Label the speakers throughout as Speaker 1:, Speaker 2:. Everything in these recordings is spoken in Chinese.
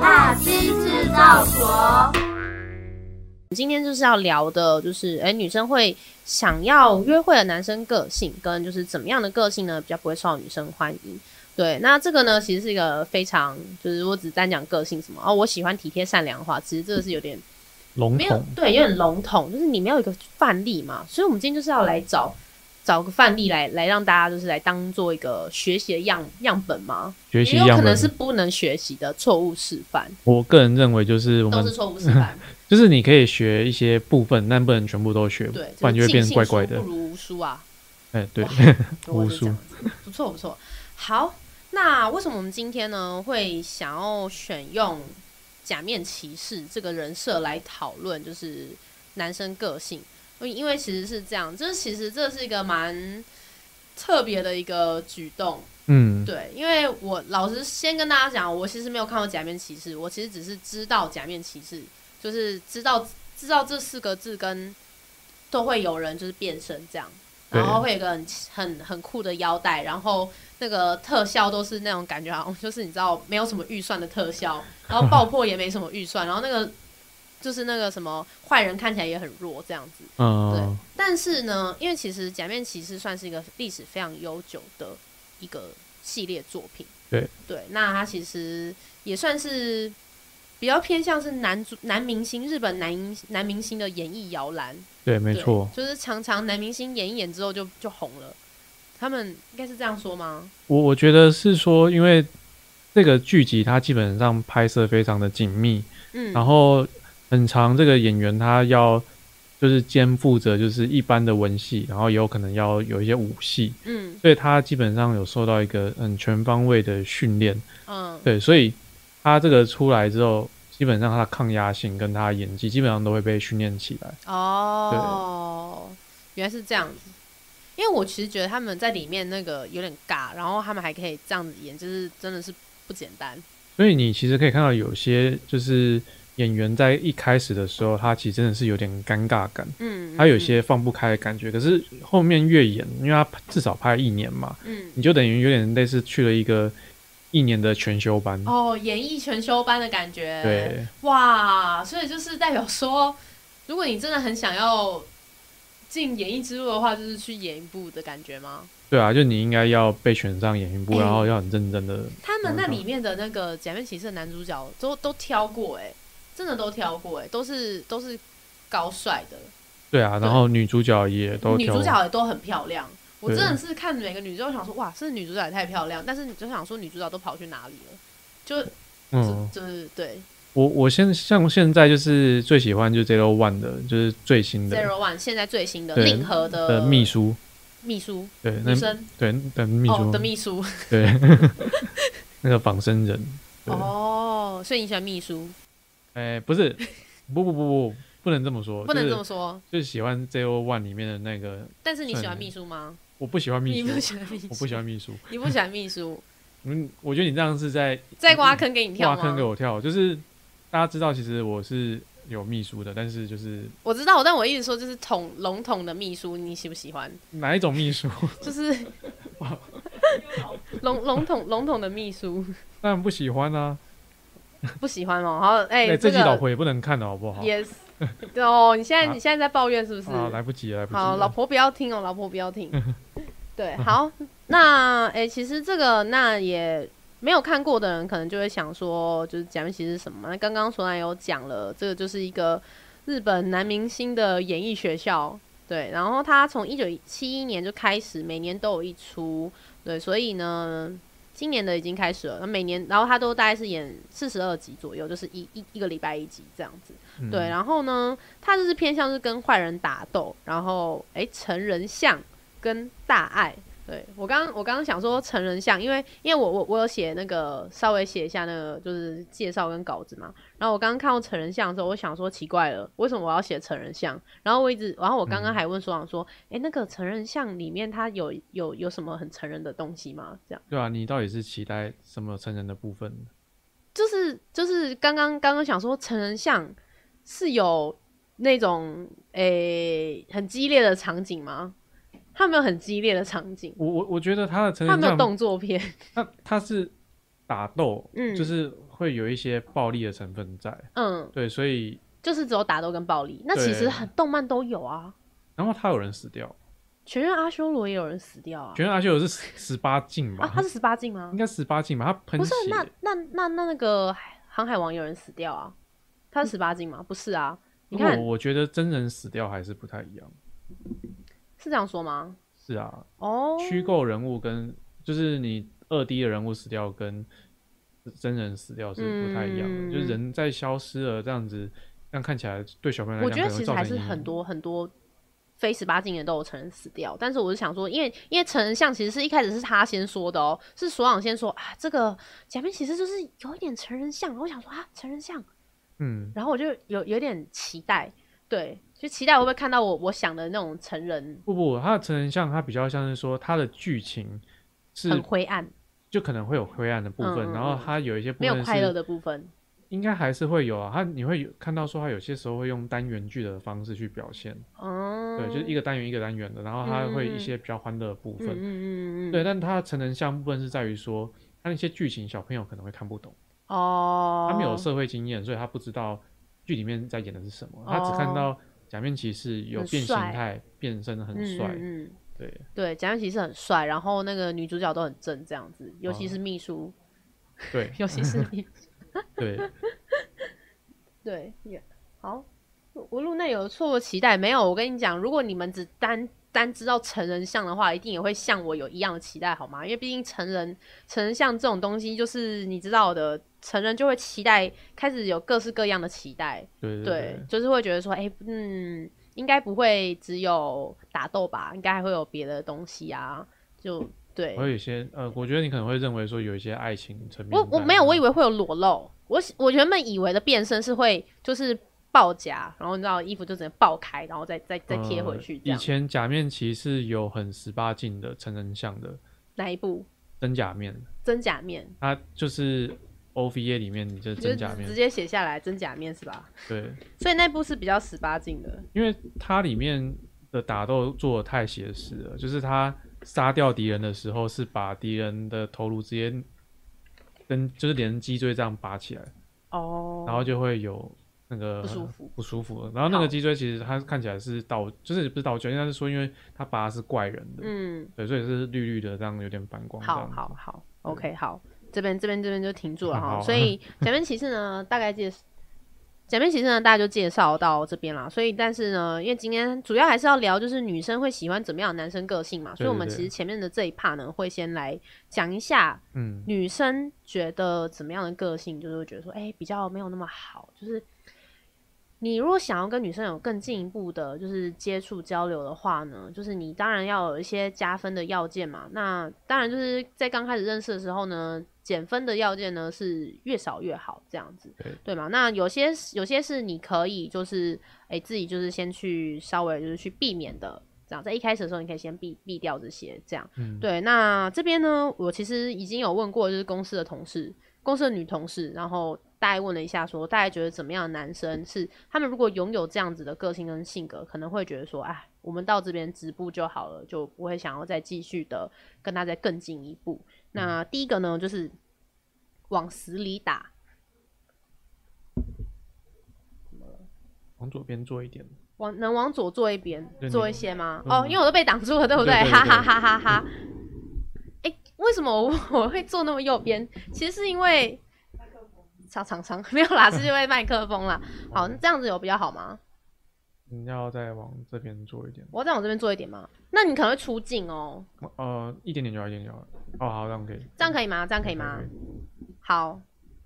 Speaker 1: 大西制造所。
Speaker 2: 今天就是要聊的，就是哎、诶女生会想要约会的男生个性，跟就是怎么样的个性呢，比较不会受到女生欢迎。对，那这个呢，其实是一个非常，就是我只单讲个性什么哦，我喜欢体贴善良的话，其实这个是有点
Speaker 3: 笼
Speaker 2: 没有
Speaker 3: 统，
Speaker 2: 对，有点笼统，就是你没有一个范例嘛，所以我们今天就是要来找找个范例来来让大家就是来当做一个学习的样样本嘛，
Speaker 3: 学习
Speaker 2: 也有
Speaker 3: 样
Speaker 2: 可能
Speaker 3: 本。
Speaker 2: 是不能学习的错误示范，
Speaker 3: 我个人认为，就是我
Speaker 2: 都
Speaker 3: 们
Speaker 2: 是错误示 范。
Speaker 3: 就是你可以学一些部分，但不能全部都学，
Speaker 2: 对，
Speaker 3: 不然就会变
Speaker 2: 尽信
Speaker 3: 怪怪
Speaker 2: 书
Speaker 3: 的
Speaker 2: 不。如无书啊，
Speaker 3: 哎、对，
Speaker 2: 我
Speaker 3: 无
Speaker 2: 是这样子，不错不错。好，那为什么我们今天呢会想要选用假面骑士这个人设来讨论，就是男生个性？因因为其实是这样，就是其实这是一个蛮特别的一个举动，
Speaker 3: 嗯，
Speaker 2: 对，因为我老实先跟大家讲，我其实没有看过《假面骑士》，我其实只是知道《假面骑士》，就是知道知道这四个字跟都会有人就是变身这样，然后
Speaker 3: 对
Speaker 2: 会有一个很很很酷的腰带，然后那个特效都是那种感觉好像就是你知道没有什么预算的特效，然后爆破也没什么预算，然后那个就是那个什么坏人看起来也很弱这样子，
Speaker 3: 嗯，
Speaker 2: 但是呢，因为其实《假面骑士》算是一个历史非常悠久的一个系列作品。
Speaker 3: 对
Speaker 2: 对，那它其实也算是比较偏向是男主男明星日本男明男明星的演艺摇篮。
Speaker 3: 对，没
Speaker 2: 对
Speaker 3: 错。
Speaker 2: 就是常常男明星演一演之后就就红了。他们应该是这样说吗？
Speaker 3: 我我觉得是说，因为这个剧集它基本上拍摄非常的紧密，
Speaker 2: 嗯，
Speaker 3: 然后很长这个演员他要就是肩负着就是一般的文戏，然后也有可能要有一些武戏，
Speaker 2: 嗯
Speaker 3: 所以他基本上有受到一个很全方位的训练。
Speaker 2: 嗯，
Speaker 3: 对，所以他这个出来之后，基本上他的抗压性跟他的演技基本上都会被训练起来。
Speaker 2: 哦，原来是这样子。因为我其实觉得他们在里面那个有点尬，然后他们还可以这样子演，就是真的是不简单。
Speaker 3: 所以你其实可以看到，有些就是演员在一开始的时候，他其实真的是有点尴尬感，
Speaker 2: 嗯，
Speaker 3: 他有
Speaker 2: 嗯
Speaker 3: 些放不开的感觉。可是后面越演，因为他至少拍一年嘛，
Speaker 2: 嗯
Speaker 3: 你就等于有点类似去了一个一年的全修班。
Speaker 2: 哦，演艺全修班的感觉，，
Speaker 3: 对，
Speaker 2: 哇，所以就是代表说，如果你真的很想要进演艺之路的话，就是去演一部的感觉吗？
Speaker 3: 对啊，就你应该要被选上演一部，
Speaker 2: 哎
Speaker 3: 然后要很认真的。
Speaker 2: 他们那里面的那个假面骑士的男主角都都挑过哎、真的都挑过哎、都是都是高帅的，
Speaker 3: 对啊，然后女主角也都
Speaker 2: 女
Speaker 3: 挑
Speaker 2: 主角也都很漂亮。我真
Speaker 3: 对
Speaker 2: 的是看每个女主角想说，哇，是女主角也太漂亮，但是你就想说女主角都跑去哪里了？就、
Speaker 3: 嗯，
Speaker 2: 就就是对
Speaker 3: 我我现像现在就是最喜欢就是 Zero One 的，就是最新的
Speaker 2: Zero One 现在最新的
Speaker 3: 对
Speaker 2: 令和的
Speaker 3: 的秘书，
Speaker 2: 秘书
Speaker 3: 对，那
Speaker 2: 女生
Speaker 3: 对的秘书、
Speaker 2: 哦的秘书
Speaker 3: 对， 那个仿生人，对
Speaker 2: 哦，所以你喜欢秘书，
Speaker 3: 哎、不是，不不不不，不能这么说，
Speaker 2: 不能这么
Speaker 3: 说，
Speaker 2: 说。
Speaker 3: 就是喜欢 Zero One 里面的那个，
Speaker 2: 但是你喜欢
Speaker 3: 算
Speaker 2: 秘书吗？
Speaker 3: 我不喜欢秘
Speaker 2: 你不
Speaker 3: 书，
Speaker 2: 喜欢秘书，
Speaker 3: 我不喜，欢秘书，
Speaker 2: 你不喜欢秘书，
Speaker 3: 嗯，我觉得你这样是在
Speaker 2: 再挖坑给你跳
Speaker 3: 挖
Speaker 2: 吗？
Speaker 3: 坑给我跳，就是大家知道其实我是有秘书的，但是就是
Speaker 2: 我知道，但我一直说就是统笼统的秘书，你喜不喜欢？
Speaker 3: 哪一种秘书，
Speaker 2: 就是
Speaker 3: 哇
Speaker 2: 笼笼统笼统的秘书
Speaker 3: 当然不喜欢啊，
Speaker 2: 不喜欢哦。然后哎、
Speaker 3: 哎、
Speaker 2: 这
Speaker 3: 这集老
Speaker 2: 个
Speaker 3: 婆也不能看的好不好？
Speaker 2: yes，对哦，你现在、
Speaker 3: 啊
Speaker 2: 你现在在抱怨是不是？
Speaker 3: 啊，来不及了，来不及了。
Speaker 2: 好，老婆不要听哦，老婆不要听。对，好，那诶、其实这个那也没有看过的人，可能就会想说，就是假面骑士是什么？那刚刚索南有讲了，这个就是一个日本男明星的演艺学校。对，然后他从一九七一年就开始，每年都有一出。对，所以呢，今年的已经开始了。那每年，然后他都大概是演四十二集左右，就是一一一个礼拜一集这样子。
Speaker 3: 嗯
Speaker 2: 对，然后呢，他就是偏向是跟坏人打斗，然后诶，成人像跟大爱。对我刚我刚刚想说成人像，因为因为我我我有写那个稍微写一下那个就是介绍跟稿子嘛，然后我刚刚看到成人像的时候，我想说奇怪了，为什么我要写成人像？然后我一直，然后我刚刚还问所长说，诶，那个成人像里面它有有有什么很成人的东西吗？这样。
Speaker 3: 对啊，你到底是期待什么成人的部分？
Speaker 2: 就是就是刚刚刚刚想说成人像是有那种诶、很激烈的场景吗？他没有很激烈的场景，
Speaker 3: 我我我觉得他的成
Speaker 2: 他
Speaker 3: 人
Speaker 2: 没有
Speaker 3: 像，
Speaker 2: 动作片，
Speaker 3: 他他是打斗，
Speaker 2: 嗯
Speaker 3: 就是会有一些暴力的成分在。
Speaker 2: 嗯，
Speaker 3: 对，所以
Speaker 2: 就是只有打斗跟暴力。那其实
Speaker 3: 对
Speaker 2: 很动漫都有啊，
Speaker 3: 然后他有人死掉，
Speaker 2: 《全员阿修罗》也有人死掉啊
Speaker 3: 《全。员阿修罗》是十八禁吧？
Speaker 2: 啊，他是十八禁吗
Speaker 3: 应？该十八禁吧？他喷
Speaker 2: 不是
Speaker 3: 血，，
Speaker 2: 那那那那那个海航海王有人死掉啊？他是十八禁吗？不是啊，你看
Speaker 3: 我我觉得真人死掉还是不太一样。
Speaker 2: 是这样说吗？
Speaker 3: 是啊，
Speaker 2: 哦，
Speaker 3: 虚构人物跟就是你二 D 的人物死掉跟真人死掉是不太一样的，
Speaker 2: 嗯
Speaker 3: 就是人在消失了这样子，这样看起来对小朋友来
Speaker 2: 我
Speaker 3: 讲
Speaker 2: 觉
Speaker 3: 可
Speaker 2: 得其
Speaker 3: 能会
Speaker 2: 实
Speaker 3: 造
Speaker 2: 还
Speaker 3: 成
Speaker 2: 是
Speaker 3: 阴影
Speaker 2: 很多很多非十八禁的都有成人死掉，但是我是想说，因为因为成人像其实是一开始是他先说的哦，是所长先说啊，这个假面骑士就是有一点成人像，然后我想说啊，成人像，
Speaker 3: 嗯，
Speaker 2: 然后我就有有点期待，对，就期待我会不会看到我我想的那种成人
Speaker 3: 不不，它的成人像它比较像是说它的剧情是
Speaker 2: 很灰暗、
Speaker 3: 就可能会有灰暗的部分，
Speaker 2: 嗯嗯
Speaker 3: 然后
Speaker 2: 嗯
Speaker 3: 它有一些部
Speaker 2: 没
Speaker 3: 分
Speaker 2: 有
Speaker 3: 是
Speaker 2: 快乐的部分，
Speaker 3: 应该还是会有啊，它你会有看到说它有些时候会用单元剧的方式去表现，
Speaker 2: 哦、
Speaker 3: 对，就是一个单元一个单元的，然后它会
Speaker 2: 嗯嗯
Speaker 3: 一
Speaker 2: 嗯
Speaker 3: 些比较欢乐的部
Speaker 2: 嗯
Speaker 3: 分，
Speaker 2: 嗯嗯嗯，
Speaker 3: 对，但它成人像部分是在于说它那些剧情小朋友可能会看不懂，
Speaker 2: 哦，
Speaker 3: 他没有社会经验，所以他不知道剧里面在演的是什么，他只看到假面骑士有
Speaker 2: 哦很
Speaker 3: 变形
Speaker 2: 帅
Speaker 3: 态、变身很帅，
Speaker 2: 嗯嗯嗯
Speaker 3: 对，
Speaker 2: 对，假面骑士很帅，然后那个女主角都很正，这样子，尤其
Speaker 3: 哦
Speaker 2: 是秘书，
Speaker 3: 对
Speaker 2: 尤其是秘，
Speaker 3: 对，
Speaker 2: 对，也好。无论那有错过期待没有，我跟你讲，如果你们只单单知道成人像的话，一定也会像我有一样的期待，好吗？因为毕竟成人成人像这种东西，就是你知道的，成人就会期待，开始有各式各样的期待，
Speaker 3: 对
Speaker 2: 对
Speaker 3: 对，
Speaker 2: 就是会觉得说，哎、嗯，应该不会只有打斗吧，应该还会有别的东西啊，就对
Speaker 3: 对，。会有一些呃，我觉得你可能会认为说有一些爱情层面在
Speaker 2: 我
Speaker 3: 里面，
Speaker 2: 我没有，我以为会有裸露。我喜我原本以为的变身是会就是爆夹，然后你知道衣服就只能爆开，然后再再再贴回去
Speaker 3: 呃
Speaker 2: 这样。
Speaker 3: 以前假面骑士有很十八禁的成人像的
Speaker 2: 哪一部
Speaker 3: 真假面，
Speaker 2: 真假面？
Speaker 3: 它就是 OVA 里面你这
Speaker 2: 你就
Speaker 3: 真假面
Speaker 2: 直，接写下来真假面是吧？
Speaker 3: 对，
Speaker 2: 所以那部是比较十八禁的。
Speaker 3: 因为它里面的打斗做的太写实了，就是他杀掉敌人的时候是把敌人的头颅直接跟就是连脊椎这样拔起来，
Speaker 2: 哦，
Speaker 3: 然后就会有那个
Speaker 2: 不舒服
Speaker 3: 不舒服。然后那
Speaker 2: 好
Speaker 3: 个脊椎其实它看起来是倒，就是不是倒卷，应该是说因为它拔的是怪人的，
Speaker 2: 嗯，
Speaker 3: 对，所以是绿绿的，这样有点反光。这
Speaker 2: 好
Speaker 3: 样子
Speaker 2: 好好，OK，好，这边这边这边就停住了哈。
Speaker 3: 好
Speaker 2: 所以假面骑士呢，大概介假面骑士呢，大家就介绍到这边啦。所以，但是呢，因为今天主要还是要聊，就是女生会喜欢怎么样的男生个性嘛，所以我们
Speaker 3: 对对
Speaker 2: 其实前面的这一 part 呢，会先来讲一下
Speaker 3: 嗯，
Speaker 2: 女生觉得怎么样的个性，就是会觉得说，哎、比较没有那么好，就是。你如果想要跟女生有更进一步的，就是接触交流的话呢，就是你当然要有一些加分的要件嘛。那当然就是在刚开始认识的时候呢，减分的要件呢是越少越好，这样子，
Speaker 3: 对
Speaker 2: 对吗？那有些有些是你可以就是哎、自己就是先去稍微就是去避免的，这样在一开始的时候你可以先避避掉这些，这样。
Speaker 3: 嗯
Speaker 2: 对，那这边呢，我其实已经有问过，就是公司的同事，公司的女同事，然后大概问了一下说大概觉得怎么样的男生是他们如果拥有这样子的个性跟性格，可能会觉得说，哎，我们到这边止步就好了，就不会想要再继续的跟他再更进一步。那第一个呢，就是往死里打，
Speaker 3: 往左边做一点，
Speaker 2: 往能往左做一边
Speaker 3: 对
Speaker 2: 做
Speaker 3: 你
Speaker 2: 一些吗？
Speaker 3: 嗯
Speaker 2: 哦，因为我都被挡住了，对不
Speaker 3: 对对对
Speaker 2: 哈哈哈哈哈。哎、为什么我 我会坐那么右边？其实是因为常常常 没有啦，是因为麦克风啦。好，那这样子有比较好吗？
Speaker 3: 你要再往这边做一点，
Speaker 2: 我要再往这边坐一点吗？那你可能会出镜哦，
Speaker 3: 呃，一点点就好，一点点就好。哦，好，这样可以，
Speaker 2: 这样可以吗？这样可以
Speaker 3: 可以
Speaker 2: 吗
Speaker 3: 可以？
Speaker 2: 好，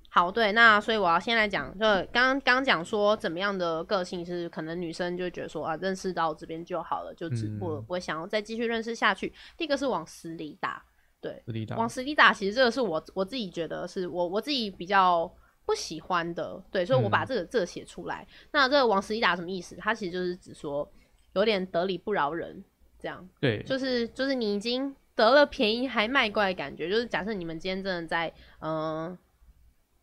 Speaker 2: 好，对，那所以我要先来讲，就刚刚刚讲说怎么样的个性是可能女生就会觉得说啊，认识到这边就好了，就只
Speaker 3: 嗯
Speaker 2: 不、不会想要再继续认识下去。第一个是往死里打，对，
Speaker 3: 是力道
Speaker 2: 往死里打，其实这个是我我自己觉得是我我自己比较不喜欢的，对，所以我把
Speaker 3: 嗯
Speaker 2: 这个、这个写出来。那这个往死里打什么意思？它其实就是指说有点得理不饶人这样。
Speaker 3: 对，
Speaker 2: 就是就是你已经得了便宜还卖乖的感觉。就是假设你们今天真的在嗯、呃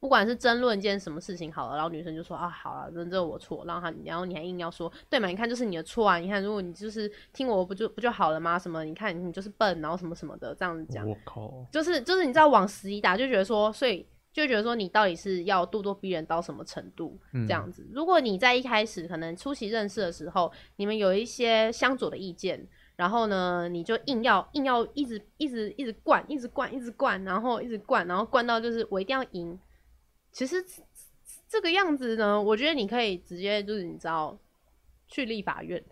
Speaker 2: 不管是争论一件什么事情好了，然后女生就说啊，好了，那这我错，然后他，然后你还硬要说，对嘛？你看就是你的错啊！你看，如果你就是听我不就不就好了吗？什么？你看你就是笨，然后什么什么的，这样子讲，
Speaker 3: 我靠，
Speaker 2: 就是就是你知道往死里打，就觉得说，所以就觉得说你到底是要咄咄逼人到什么程度
Speaker 3: 嗯
Speaker 2: 这样子。如果你在一开始可能初期认识的时候，你们有一些相左的意见，然后呢，你就硬要硬要一直一直一直灌，一直灌，一直灌，然后一直灌，然后灌到就是我一定要赢。其实这这个样子呢，我觉得你可以直接就是你知道去立法院。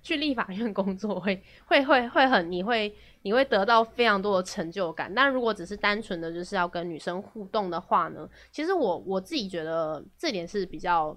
Speaker 2: 去立法院工作会会会会很，你会你会得到非常多的成就感。但如果只是单纯的就是要跟女生互动的话呢，其实我我自己觉得这点是比较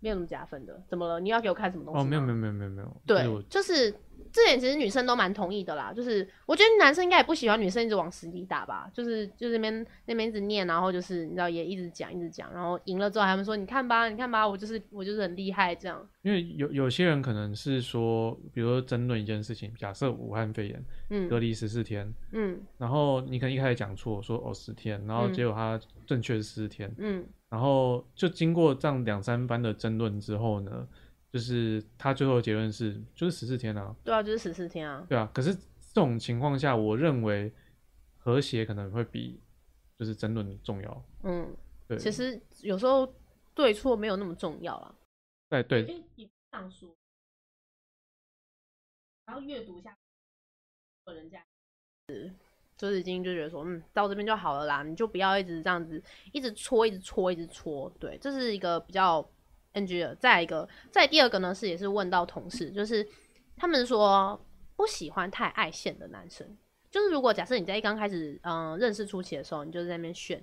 Speaker 2: 没有那么加分的。怎么了？你要给我看什么东西吗？
Speaker 3: 哦，没有没有没有没有没有，
Speaker 2: 对
Speaker 3: 就是我，
Speaker 2: 就是这点其实女生都蛮同意的啦。就是我觉得男生应该也不喜欢女生一直往死里打吧，就是就是那边那边一直念，然后就是你知道也一直讲一直讲，然后赢了之后他们说你看吧你看吧，我就是我就是很厉害这样。
Speaker 3: 因为有有些人可能是说，比如说争论一件事情，假设武汉肺炎隔
Speaker 2: 嗯
Speaker 3: 离十四天，
Speaker 2: 嗯
Speaker 3: 然后你可能一开始讲错，说哦十天，然后结果他正确是四天，
Speaker 2: 嗯
Speaker 3: 然后就经过这样两三番的争论之后呢，就是他最后的结论是就是十四天啊，
Speaker 2: 对啊，就是十四天啊。
Speaker 3: 对啊。可是这种情况下，我认为和谐可能会比就是争论重要。
Speaker 2: 嗯，
Speaker 3: 对，
Speaker 2: 其实有时候对错没有那么重要啦。
Speaker 3: 对对
Speaker 2: 为你上书，然后阅读一下，人家就是已经就觉得说，嗯，到这边就好了啦，你就不要一直这样子，一直戳，一直戳，一直戳。对，这是一个比较 NG 的。再一个，再第二个呢是也是问到同事，就是他们说不喜欢太爱现的男生。就是如果假设你在一刚开始嗯、呃认识初期的时候，你就在那边炫，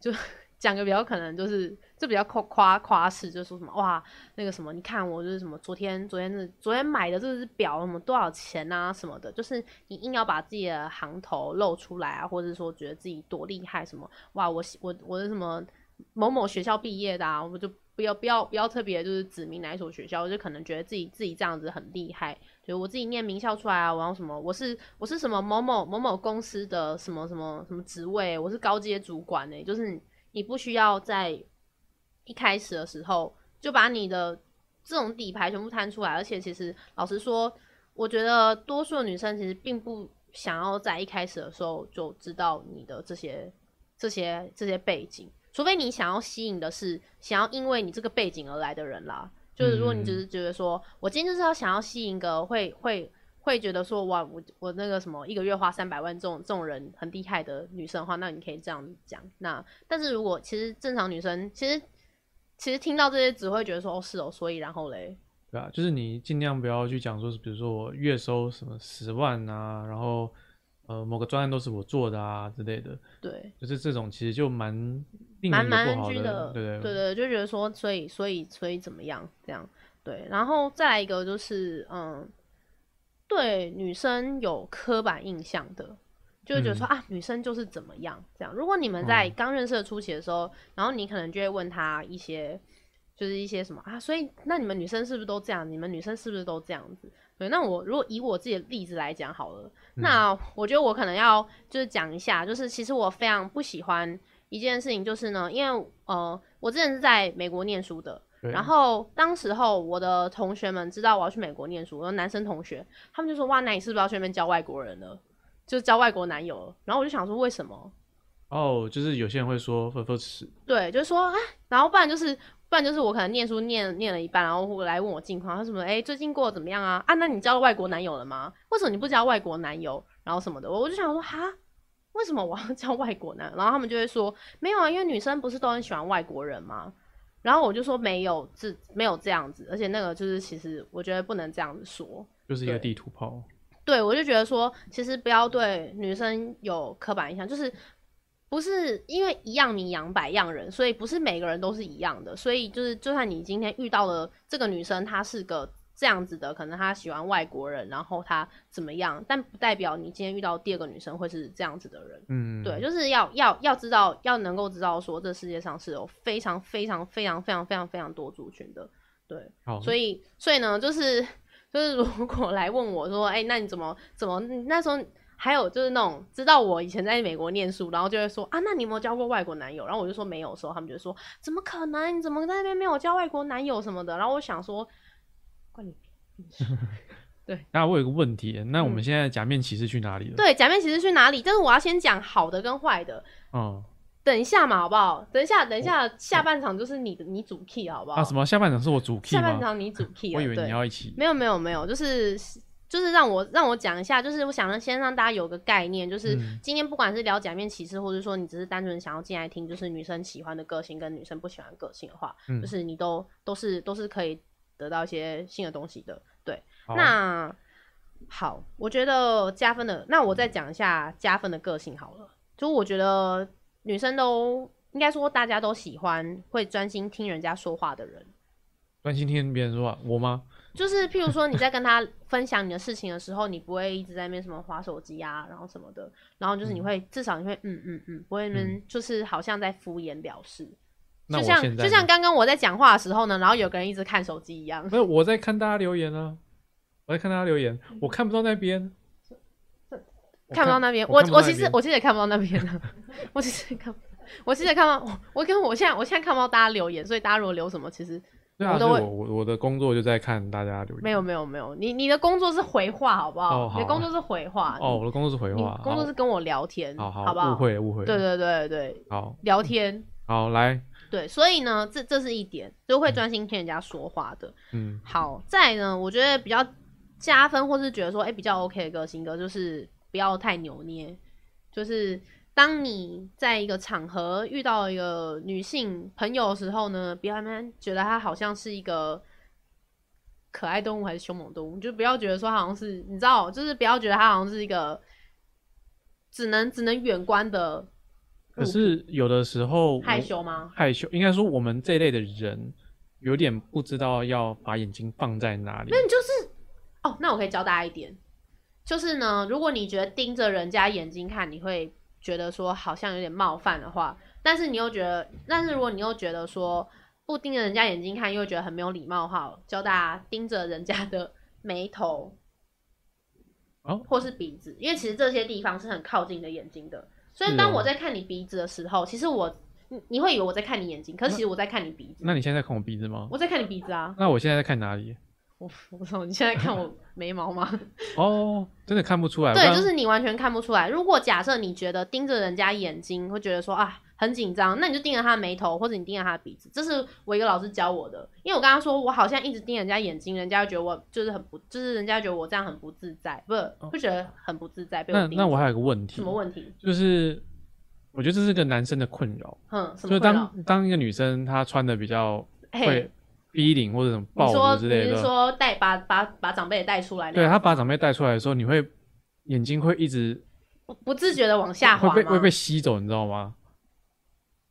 Speaker 2: 就 讲个比较可能就是就比较夸夸夸饰，就说什么哇那个什么，你看我就是什么昨天昨天是昨天买的这只表什么多少钱啊什么的，就是你硬要把自己的行头露出来啊，或者说觉得自己多厉害什么哇我喜我我是什么某某学校毕业的啊，我就不要不要不要特别就是指明哪一所学校，我就可能觉得自己自己这样子很厉害，就是我自己念名校出来啊，然后什么我是我是什么某某某某公司的什么什么什么职位，我是高阶主管呢、就是你你不需要在一开始的时候就把你的这种底牌全部摊出来，而且其实老实说，我觉得多数的女生其实并不想要在一开始的时候就知道你的这些这些这些背景，除非你想要吸引的是想要因为你这个背景而来的人啦。就是如果你只是觉得说，我今天就是要想要吸引一个会会会觉得说哇，我我那个什么一个月花三百万这种这种人很厉害的女生的话，那你可以这样子讲。那但是如果其实正常女生，其实其实听到这些只会觉得说哦是哦，所以然后嘞，
Speaker 3: 对啊，就是你尽量不要去讲说，比如说我月收什么十万啊，然后呃某个专案都是我做的啊之类的，
Speaker 2: 对，
Speaker 3: 就是这种其实就蛮令
Speaker 2: 蛮
Speaker 3: 人
Speaker 2: 蛮
Speaker 3: 有不
Speaker 2: 安
Speaker 3: 好
Speaker 2: 居
Speaker 3: 的，对
Speaker 2: 对
Speaker 3: 对
Speaker 2: 对，就觉得说所以所以所以怎么样这样对，然后再来一个就是嗯，对女生有刻板印象的，就会觉得说、啊，女生就是怎么样这样。如果你们在
Speaker 3: 嗯
Speaker 2: 刚认识的初期的时候，然后你可能就会问她一些，就是一些什么啊，所以那你们女生是不是都这样？你们女生是不是都这样子？对，那我如果以我自己的例子来讲好了，
Speaker 3: 嗯
Speaker 2: 那我觉得我可能要就是讲一下，就是其实我非常不喜欢一件事情，就是呢，因为呃，我之前是在美国念书的，
Speaker 3: 对
Speaker 2: 然后当时候我的同学们知道我要去美国念书，我的男生同学，他们就说哇，那你是不是要去那边交外国人了？就是交外国男友了。然后我就想说为什么？
Speaker 3: 哦，就是有些人会说分分尺，
Speaker 2: 对，就是说啊，然后不然就是不然就是我可能念书念念了一半，然后我来问我近况，他什么哎、最近过得怎么样啊？啊，那你交了外国男友了吗？为什么你不交外国男友？然后什么的，我我就想说哈。为什么我要 交外国男友？然后他们就会说没有啊，因为女生不是都很喜欢外国人吗？然后我就说没有，这没有这样子，而且那个就是其实我觉得不能这样子说，
Speaker 3: 就是一个
Speaker 2: 对
Speaker 3: 地图炮，
Speaker 2: 对，我就觉得说，其实不要对女生有刻板印象，就是不是因为一样米养百样人，所以不是每个人都是一样的。所以就是，就算你今天遇到了这个女生，她是个这样子的，可能她喜欢外国人，然后她怎么样，但不代表你今天遇到第二个女生会是这样子的人。
Speaker 3: 嗯，
Speaker 2: 对，就是要要要知道，要能够知道说，这世界上是有非常非常非常非常非常非常多族群的。对，
Speaker 3: 好，
Speaker 2: 所以所以呢，就是就是如果来问我说，哎、那你怎么怎么那时候还有就是那种知道我以前在美国念书，然后就会说啊，那你有没有交过外国男友？然后我就说没有的时候，他们就说怎么可能？你怎么在那边没有交外国男友什么的？然后我想说，关你屁事
Speaker 3: 那我有个问题，那我们
Speaker 2: 嗯
Speaker 3: 现在假面骑士去哪里了？，
Speaker 2: 对假面骑士去哪里？但是我要先讲好的跟坏的，
Speaker 3: 嗯，
Speaker 2: 等一下嘛，好不好？等一下，等一下，下半场就是你的你主 key 好不好？
Speaker 3: 啊，什么下半场是我主 key
Speaker 2: 下半
Speaker 3: 吗？
Speaker 2: 场你主 key 啊？
Speaker 3: 我以为
Speaker 2: 对
Speaker 3: 你要一起
Speaker 2: 没有没有没有，就是就是让我让我讲一下，就是我想让先让大家有个概念，就是
Speaker 3: 嗯
Speaker 2: 今天不管是聊假面骑士，或者说你只是单纯想要进来听，就是女生喜欢的个性跟女生不喜欢的个性的话，
Speaker 3: 嗯
Speaker 2: 就是你都都是都是可以得到一些新的东西的。对，
Speaker 3: 好啊
Speaker 2: 那好，我觉得加分的，那我再讲一下加分的个性好了。就我觉得女生都应该说大家都喜欢会专心听人家说话的人。
Speaker 3: 专心听别人说话，我吗？
Speaker 2: 就是譬如说你在跟他分享你的事情的时候，你不会一直在那边什么划手机啊，然后什么的，然后就是你会、至少你会嗯嗯嗯，不会那边就是好像在敷衍了事，
Speaker 3: 那
Speaker 2: 就
Speaker 3: 我
Speaker 2: 像
Speaker 3: 现在
Speaker 2: 就像
Speaker 3: 呢
Speaker 2: 刚刚我在讲话的时候呢，然后有个人一直看手机一样，
Speaker 3: 没有，我在看大家留言啊，我在看大家留言，我看不到那边，我
Speaker 2: 嗯看不到那边，
Speaker 3: 我
Speaker 2: 我
Speaker 3: 看不到
Speaker 2: 我
Speaker 3: 那
Speaker 2: 其实
Speaker 3: 边
Speaker 2: 我其实也看不到那边的， 我其实也看不，我其实也看不到，我我跟我现在我现在看不到大家留言，所以大家如果留什么，其实
Speaker 3: 对啊，
Speaker 2: 我
Speaker 3: 所
Speaker 2: 都
Speaker 3: 以
Speaker 2: 会
Speaker 3: 我我我的工作就在看大家留言，
Speaker 2: 没有没有没有，你你的工作是回话好不好？
Speaker 3: 哦好
Speaker 2: 你的工作是回话
Speaker 3: 哦，我的工作是回
Speaker 2: 你
Speaker 3: 话，
Speaker 2: 啊你工作是跟我聊天，
Speaker 3: 好
Speaker 2: 好不好？
Speaker 3: 误会了误会了，
Speaker 2: 对对对对，
Speaker 3: 好
Speaker 2: 聊天，
Speaker 3: 好来，
Speaker 2: 对，所以呢，这这是一点，就会专心听人家说话的。
Speaker 3: 嗯，
Speaker 2: 好，再来呢，我觉得比较加分或是觉得说，哎、比较 OK 的个性格就是不要太扭捏，就是当你在一个场合遇到一个女性朋友的时候呢，不要慢慢觉得她好像是一个。可爱动物还是凶猛动物，就不要觉得说她好像是你知道，就是不要觉得她好像是一个只能只能远观的
Speaker 3: 可是有的时候我
Speaker 2: 害羞吗？
Speaker 3: 害羞，应该说我们这类的人有点不知道要把眼睛放在哪里
Speaker 2: 那，你就是哦，那我可以教大家一点，就是呢，如果你觉得盯着人家眼睛看，你会觉得说好像有点冒犯的话，但是你又觉得，但是如果你又觉得说不盯着人家眼睛看，又觉得很没有礼貌的话，教大家盯着人家的眉头
Speaker 3: 哦
Speaker 2: 或是鼻子，因为其实这些地方是很靠近你的眼睛的，所以
Speaker 3: 是
Speaker 2: 当
Speaker 3: 哦
Speaker 2: 我在看你鼻子的时候，其实我你你会以为我在看你眼睛，可是其实我在看你鼻子，
Speaker 3: 那你现在在看我鼻子吗？
Speaker 2: 我在看你鼻子啊。
Speaker 3: 那我现在在看哪里？
Speaker 2: 我我操！你现在看我眉毛吗？
Speaker 3: 哦，真的看不出来，不
Speaker 2: 对，
Speaker 3: 然
Speaker 2: 就是你完全看不出来。如果假设你觉得盯着人家眼睛会觉得说啊很紧张，那你就盯着他的眉头，或者你盯着他的鼻子。这是我一个老师教我的，因为我跟他说我好像一直盯人家眼睛，人家会觉得我就是很不，就是人家觉得我这样很不自在，不是会觉得很不自在被
Speaker 3: 哦那
Speaker 2: 我盯着。
Speaker 3: 那我还有个问题
Speaker 2: 什，么问题？
Speaker 3: 就是我觉得这是个男生的困扰，
Speaker 2: 哼，什
Speaker 3: 就
Speaker 2: 么
Speaker 3: 是
Speaker 2: 困扰？
Speaker 3: 当当一个女生她穿的比较会
Speaker 2: 嘿，
Speaker 3: 逼领或者什么
Speaker 2: 你
Speaker 3: 暴
Speaker 2: 说
Speaker 3: 露之
Speaker 2: 你
Speaker 3: 类
Speaker 2: 是
Speaker 3: 的，
Speaker 2: 说带把把把长辈也带出来那
Speaker 3: 对啊
Speaker 2: 样，
Speaker 3: 她把长辈带出来的时候，你会眼睛会一直
Speaker 2: 不不自觉的往下
Speaker 3: 会
Speaker 2: 滑
Speaker 3: 被会被
Speaker 2: 吗？
Speaker 3: 吸走，你知道吗？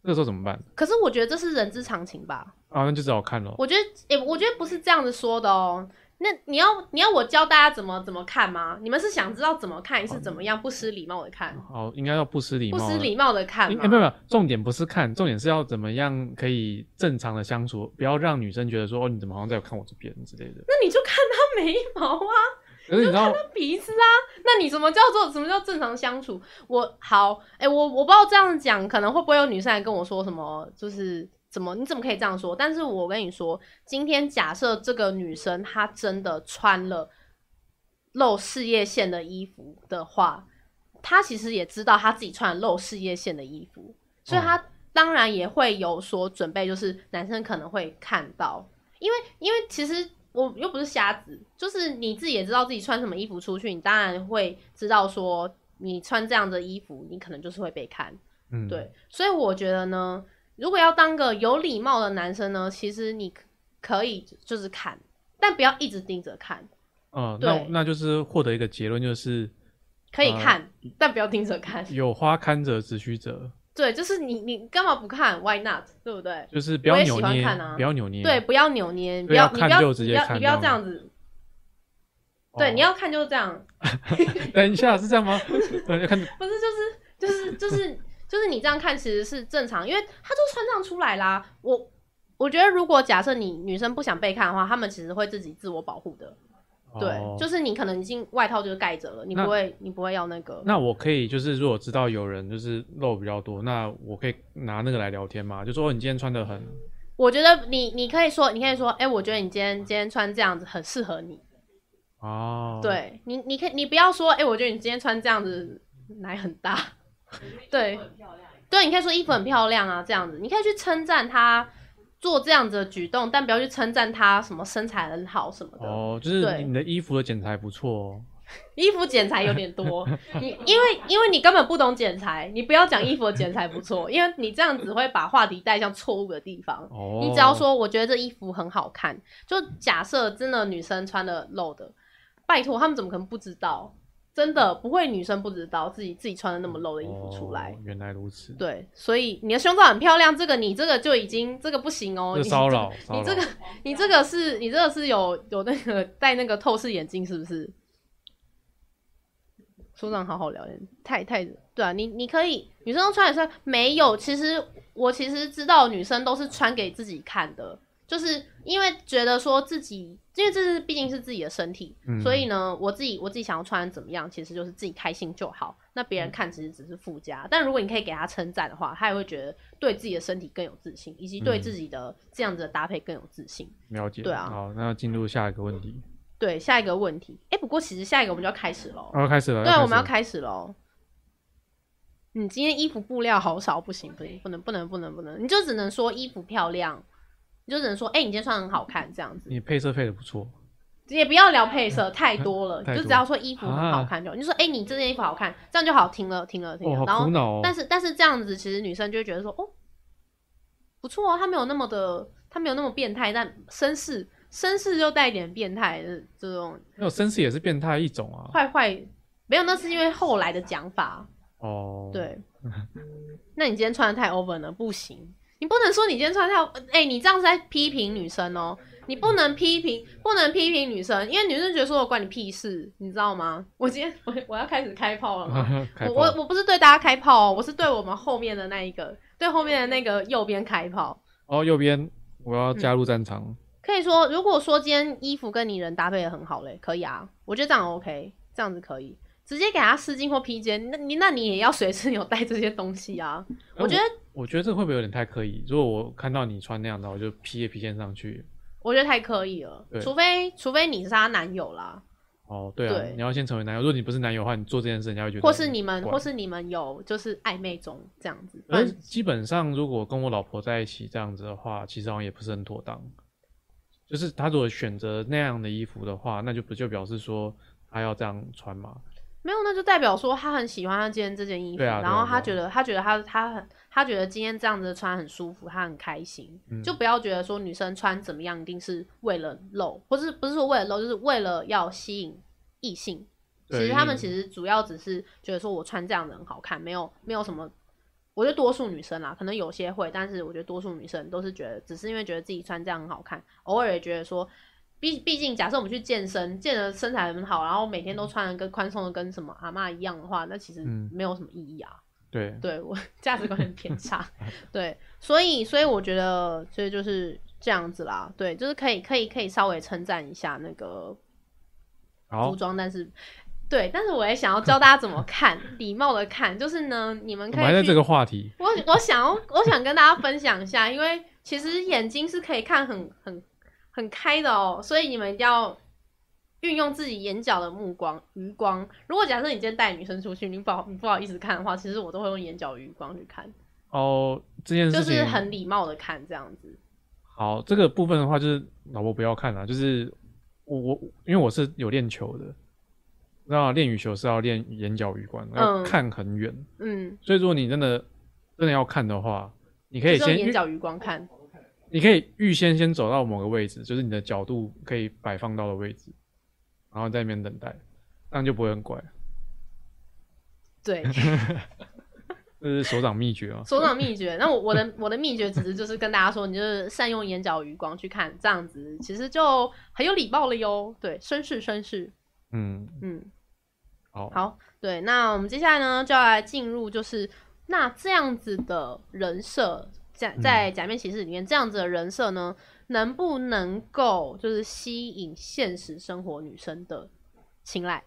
Speaker 3: 这个时候怎么办？
Speaker 2: 可是我觉得这是人之常情吧。
Speaker 3: 啊，那就只好看咯。
Speaker 2: 我觉得，诶、我觉得不是这样子说的哦。那你要你要我教大家怎么怎么看吗？你们是想知道怎么看，还是怎么样不失礼貌的看，
Speaker 3: 好，应该要不失礼
Speaker 2: 不
Speaker 3: 貌了。
Speaker 2: 失礼貌的看
Speaker 3: 诶
Speaker 2: 吗？
Speaker 3: 诶没有没有，重点不是看，重点是要怎么样可以正常的相处，不要让女生觉得说哦，你怎么好像在看我这边之类的。
Speaker 2: 那你就看他眉毛啊，
Speaker 3: 可是你知道，
Speaker 2: 鼻子啊。那你什么叫做什么叫正常相处？我好，诶、我我不知道这样讲可能会不会有女生来跟我说什么，就是怎么你怎么可以这样说？但是我跟你说，今天假设这个女生她真的穿了露事业线的衣服的话，她其实也知道她自己穿了露事业线的衣服，所以她当然也会有所准备，就是男生可能会看到，因为因为其实。我又不是瞎子，就是你自己也知道自己穿什么衣服出去，你当然会知道说你穿这样的衣服，你可能就是会被看。
Speaker 3: 嗯，，
Speaker 2: 对，所以我觉得呢，如果要当个有礼貌的男生呢，其实你可可以就是看，但不要一直盯着看，
Speaker 3: 嗯，
Speaker 2: 对
Speaker 3: 那那就是获得一个结论，就是
Speaker 2: 可以
Speaker 3: 呃
Speaker 2: 看，但不要盯着看。
Speaker 3: 有花堪折直须折，
Speaker 2: 对，就是你你干嘛不看？Why not？对不对？
Speaker 3: 就是不要
Speaker 2: 我也喜
Speaker 3: 扭
Speaker 2: 欢
Speaker 3: 捏，
Speaker 2: 看啊
Speaker 3: 不要扭捏。
Speaker 2: 对，，不要扭捏，你不
Speaker 3: 对要
Speaker 2: 你不
Speaker 3: 看
Speaker 2: 要
Speaker 3: 就直接
Speaker 2: 你不要
Speaker 3: 看
Speaker 2: 你不要
Speaker 3: 这
Speaker 2: 这
Speaker 3: 样
Speaker 2: 样子。对，你。要看就是这样，
Speaker 3: 哦 等一下，是这样吗？ 呃要看
Speaker 2: 不是就是就是就是就是你这样看其实是正常，因为他就穿上出来啦。我我觉得如果假设你女生不想被看的话，他们其实会自己自我保护的。 对，
Speaker 3: 哦
Speaker 2: 就是你可能已经外套就是盖着了，你
Speaker 3: 那
Speaker 2: 不会你不会要那个。
Speaker 3: 那我可以就是，如果知道有人就是肉比较多，那我可以拿那个来聊天吗？就说哦你今天穿的很，
Speaker 2: 我觉得你你可以说，你可以说，哎、我觉得你今天今天穿这样子很适合你。
Speaker 3: 哦，，
Speaker 2: 对你，你可以你不要说，哎、我觉得你今天穿这样子奶很大， 对，对，你可以说衣服很漂亮啊，这样子，你可以去称赞他做这样子的举动，但不要去称赞他什么身材很好什么的。
Speaker 3: 哦，就是
Speaker 2: 对
Speaker 3: 你的衣服的剪裁不错、哦，
Speaker 2: 衣服剪裁有点多，你因为因为你根本不懂剪裁，你不要讲衣服的剪裁不错，因为你这样只会把话题带向错误的地方。
Speaker 3: 哦，
Speaker 2: 你只要说我觉得这衣服很好看，就假设真的女生穿的露的，拜托他们怎么可能不知道？真的不会，女生不知道自己自己穿的那么露的衣服出来。
Speaker 3: 哦原来如此，
Speaker 2: 对，所以你的胸罩很漂亮，这个你这个就已经这个不行哦，
Speaker 3: 这
Speaker 2: 你
Speaker 3: 骚扰，骚
Speaker 2: 你
Speaker 3: 扰
Speaker 2: 这个你这个是你这个是有有那个戴那个透视眼镜是不是？书上好好聊天，太太对啊，你你可以女生都穿也穿，没有。其实我其实知道女生都是穿给自己看的，就是因为觉得说自己，因为这是毕竟是自己的身体，
Speaker 3: 嗯
Speaker 2: 所以呢，我自己我自己想要穿怎么样，其实就是自己开心就好。那别人看其实只是附
Speaker 3: 嗯
Speaker 2: 加，但如果你可以给他称赞的话，他也会觉得对自己的身体更有自信，以及对
Speaker 3: 嗯
Speaker 2: 自己的这样子的搭配更有自信。
Speaker 3: 了解，
Speaker 2: 对啊
Speaker 3: 好，那进入下一个问题，
Speaker 2: 对，下一个问题，哎、不过其实下一个我们就要开始喽。
Speaker 3: 哦，开始了，
Speaker 2: 对，啊我们要
Speaker 3: 始了，
Speaker 2: 开始喽。你今天衣服布料好少，不行，不行，不能，不能，不能，不能，你就只能说衣服漂亮，你就只能说，哎、你今天穿得很好看，这样子，
Speaker 3: 你配色配的不错，
Speaker 2: 也不要聊配色太多 了，
Speaker 3: 太
Speaker 2: 你就
Speaker 3: 多啊
Speaker 2: 只要说衣服很好看就好，你就说，哎、你这件衣服好看，这样就好听了，听了，听
Speaker 3: 哦，
Speaker 2: 了，啊然
Speaker 3: 好
Speaker 2: 后
Speaker 3: 苦恼哦，
Speaker 2: 但是但是这样子，其实女生就会觉得说，哦，不错哦，她没有那么的，她没有那么变态，但绅士，绅士又带一点变态这这种
Speaker 3: 那种绅士也是变态一种啊，
Speaker 2: 坏坏，没有，那是因为后来的讲法。
Speaker 3: 哦，，
Speaker 2: 对，那你今天穿的太 over 了，不行，你不能说你今天穿得太 over，哎、你这样是在批评女生哦，你不能批评，不能批评女生，因为女生觉得说我关你屁事，你知道吗？我今天我我要开始开炮了吗？
Speaker 3: 啊哦开
Speaker 2: 我
Speaker 3: 炮
Speaker 2: 我我不是对大家开炮、哦，我是对我们后面的那一个，对后面的那个右边开炮。
Speaker 3: 哦，右边我要加入战场，
Speaker 2: 可以说，如果说今天衣服跟你人搭配的很好嘞，可以啊，我觉得这样 OK，这样子可以，直接给他丝巾或披肩，那你那你也要随身有带这些东西啊。
Speaker 3: 哎
Speaker 2: 我觉得，
Speaker 3: 我觉得这会不会有点太刻意？如果我看到你穿那样的，我就披也披肩上去。
Speaker 2: 我觉得太刻意了
Speaker 3: 对，
Speaker 2: 除非除非你是她男友啦，
Speaker 3: 哦，对啊，
Speaker 2: 对
Speaker 3: 你要先成为男友。如果你不是男友的话，你做这件事，人家会觉得
Speaker 2: 或是你们
Speaker 3: 怪
Speaker 2: 或是你们有就是暧昧中这样子，
Speaker 3: 而
Speaker 2: 嗯
Speaker 3: 基本上，如果跟我老婆在一起这样子的话，其实好像也不是很妥当。就是她如果选择那样的衣服的话，那就不就表示说她要这样穿嘛？
Speaker 2: 没有，那就代表说他很喜欢他今天这件衣服，
Speaker 3: 对啊对啊
Speaker 2: 然后他
Speaker 3: 对
Speaker 2: 觉
Speaker 3: 啊
Speaker 2: 得他觉得他他很他觉得今天这样子穿很舒服，他很开心。
Speaker 3: 嗯
Speaker 2: 就不要觉得说女生穿怎么样一定是为了露，或是不是说为了露，就是为了要吸引异性。其
Speaker 3: 对
Speaker 2: 实他们
Speaker 3: 嗯
Speaker 2: 其实主要只是觉得说我穿这样的很好看，没有没有什么。我觉得多数女生啦，可能有些会，但是我觉得多数女生都是觉得，只是因为觉得自己穿这样很好看，偶尔也觉得说，毕毕竟假设我们去健身，健的身材很好，然后每天都穿的跟宽松的跟什么阿嬷一样的话，那其实
Speaker 3: 嗯
Speaker 2: 没有什么意义啊。
Speaker 3: 对，
Speaker 2: 对我价值观很偏差，对，所以所以我觉得所以就是这样子啦，对，就是可以可以可以稍微称赞一下那个
Speaker 3: 好
Speaker 2: 服，装，但是对，但是我也想要教大家怎么看， 礼貌的看，就是呢，你们
Speaker 3: 我
Speaker 2: 可
Speaker 3: 们还在
Speaker 2: 以
Speaker 3: 这
Speaker 2: 去
Speaker 3: 个话题。
Speaker 2: 我我想要，我想跟大家分享一下，因为其实眼睛是可以看很很很开的哦，所以你们一定要运用自己眼角的目光余光。如果假设你今天带女生出去，你不好你不好意思看的话，其实我都会用眼角余光去看，
Speaker 3: 哦，这件
Speaker 2: 就
Speaker 3: 事情
Speaker 2: 是很礼貌的看这样子。
Speaker 3: 好，这个部分的话，就是老婆不要看啦，就是我我因为我是有练球的，那练羽球是要练眼角余光，要
Speaker 2: 嗯
Speaker 3: 看很远，
Speaker 2: 嗯，
Speaker 3: 所以如果你真的真的要看的话，你可
Speaker 2: 就
Speaker 3: 以
Speaker 2: 是用
Speaker 3: 先
Speaker 2: 眼
Speaker 3: 预，
Speaker 2: 角余光看。
Speaker 3: 你可以预先先走到某个位置，就是你的角度可以摆放到的位置，然后在那边等待，这样就不会很怪。
Speaker 2: 对，
Speaker 3: 这是手掌秘诀啊！
Speaker 2: 手掌秘诀。那我我的我的秘诀只是就是跟大家说，你就是善用眼角余光去看，这样子其实就很有礼貌了哟。对，绅士绅士，
Speaker 3: 嗯，
Speaker 2: 嗯。
Speaker 3: 好，
Speaker 2: 好，对，那我们接下来呢，就要来进入就是那这样子的人设，在在假面骑士里面这样子的人设呢，能不能够就是吸引现实生活女生的青睐。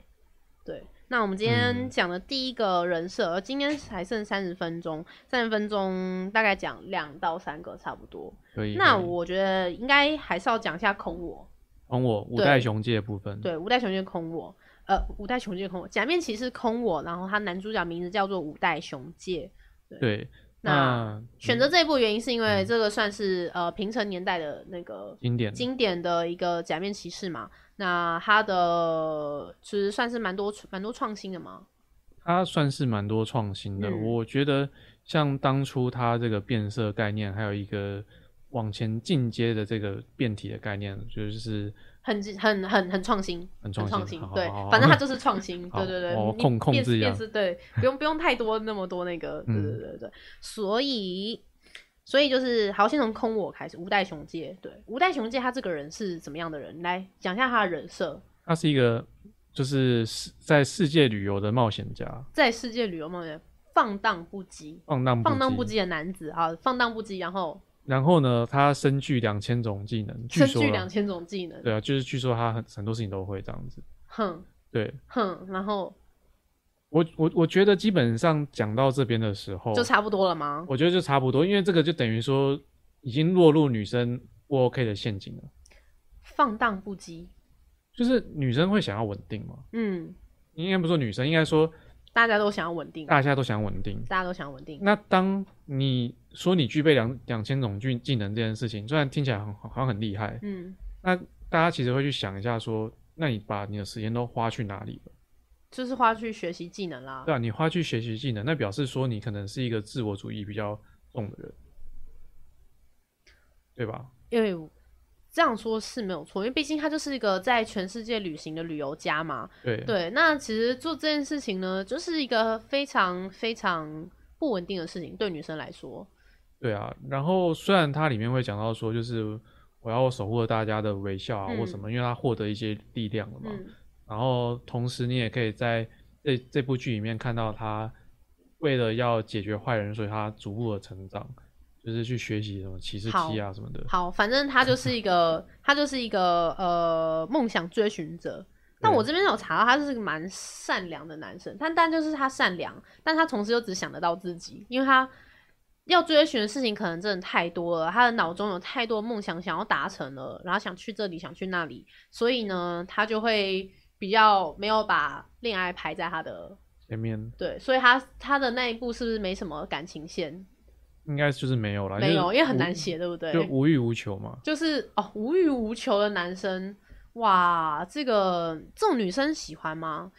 Speaker 2: 对，那我们今天
Speaker 4: 嗯
Speaker 2: 讲的第一个人设，而今天才剩三十分钟，三十分钟大概讲两到三个差不多。
Speaker 3: 可以。
Speaker 2: 那
Speaker 3: 可以
Speaker 2: 我觉得应该还是要讲一下空我，
Speaker 3: 从我五
Speaker 2: 对
Speaker 3: 代雄介的部分，
Speaker 2: 对，五代雄剑空我，呃，五代雄剑空我，假面骑士空我，然后他男主角名字叫做五代雄介。
Speaker 3: 对，
Speaker 2: 那
Speaker 3: 那嗯
Speaker 2: 选择这一部的原因是因为这个算是、呃平成年代的那个
Speaker 3: 经典
Speaker 2: 经典的一个假面骑士嘛。那它的其实算是蛮多蛮多创新的嘛。
Speaker 3: 它算是蛮多创新的。
Speaker 2: 嗯
Speaker 3: 我觉得像当初它这个变色概念，还有一个往前进阶的这个变体的概念，就是
Speaker 2: 很很很很创新，
Speaker 3: 很创新
Speaker 2: 创新
Speaker 3: 好，好
Speaker 2: 对
Speaker 3: 好，好
Speaker 2: 反正它就是创 新，
Speaker 3: 好
Speaker 2: 对对对，
Speaker 3: 我
Speaker 2: 你
Speaker 3: 控控
Speaker 2: 变
Speaker 3: 制一下
Speaker 2: 变是对，不用不 用太多那么多那个，对
Speaker 3: 嗯
Speaker 2: 对对对，所以所以就是好，先从空我开始，五代雄介，对，五代雄介他这个人是怎么样的人？来讲一下他的人设，
Speaker 3: 他是一个就是世在世界旅游的冒险家，
Speaker 2: 在世界旅游冒险放荡不羁，
Speaker 3: 放荡
Speaker 2: 放荡不羁的男子啊，放荡不羁，然后
Speaker 3: 然后呢，他身具两千种技能，据
Speaker 2: 身
Speaker 3: 说
Speaker 2: 具
Speaker 3: 啦
Speaker 2: 两千种技能，
Speaker 3: 对啊，就是据说他很很多事情都会这样子。
Speaker 2: 哼
Speaker 3: 对
Speaker 2: 哼，然后
Speaker 3: 我我我觉得基本上讲到这边的时候，
Speaker 2: 就差不多了吗？
Speaker 3: 我觉得就差不多，因为这个就等于说已经落入女生不 OK 的陷阱了，
Speaker 2: 放荡不羁，
Speaker 3: 就是女生会想要稳定嘛，
Speaker 2: 嗯，
Speaker 3: 应该不说女生，应该说
Speaker 2: 大家都想要稳定，
Speaker 3: 大家都想稳定。
Speaker 2: 大家都想要稳定。
Speaker 3: 那当你说你具备两两千种技技能这件事情，虽然听起来很好像很厉害，
Speaker 2: 嗯，
Speaker 3: 那大家其实会去想一下说，那你把你的时间都花去哪里了？
Speaker 2: 就是花去学习技能啦。
Speaker 3: 对啊，你花去学习技能，那表示说你可能是一个自我主义比较重的人，对吧？
Speaker 2: 因为这样说是没有错，因为毕竟他就是一个在全世界旅行的旅游家嘛。
Speaker 3: 对
Speaker 2: 对，那其实做这件事情呢，就是一个非常非常不稳定的事情，对女生来说，
Speaker 3: 对啊，然后虽然它里面会讲到说，就是我要守护大家的微笑啊，
Speaker 2: 嗯
Speaker 3: 或什么，因为它获得一些力量了嘛。
Speaker 2: 嗯，
Speaker 3: 然后同时你也可以在这这部剧里面看到他为了要解决坏人，所以他逐步的成长，就是去学习什么骑士
Speaker 2: 好
Speaker 3: 踢啊什么的。
Speaker 2: 好，反正他就是一 个，他就是一个呃梦想追寻者。但我这边有查到，他是个蛮善良的男生，但但就是他善良，但他同时又只想得到自己，因为他要追寻的事情可能真的太多了，他的脑中有太多梦想想要达成了，然后想去这里，想去那里，所以呢，他就会比较没有把恋爱排在他的
Speaker 3: 前面
Speaker 2: 对，所以他他的那一部是不是没什么感情线？
Speaker 3: 应该就是没有了，
Speaker 2: 没有，
Speaker 3: 就是
Speaker 2: 因为很
Speaker 3: 无
Speaker 2: 难，写，对不对？
Speaker 3: 就无欲无求嘛。
Speaker 2: 就是哦，无欲无求的男生，哇，这个这种女生喜欢吗？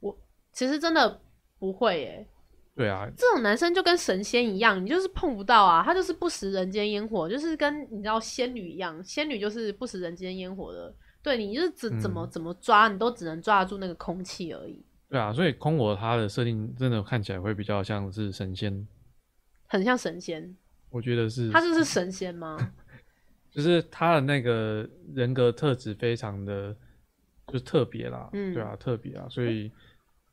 Speaker 2: 我其实真的不会耶。
Speaker 3: 对啊，
Speaker 2: 这种男生就跟神仙一样，你就是碰不到啊，他就是不食人间烟火，就是跟你知道仙女一样，仙女就是不食人间烟火的。对你就是怎怎么
Speaker 3: 嗯
Speaker 2: 怎么抓，你都只能抓得住那个空气而已，
Speaker 3: 对啊，所以空我他的设定真的看起来会比较像是神仙，
Speaker 2: 很像神仙。
Speaker 3: 我觉得是
Speaker 2: 他就是神仙吗？
Speaker 3: 就是他的那个人格特质非常的就特别啦，
Speaker 2: 嗯
Speaker 3: 对啊，特别啊，所以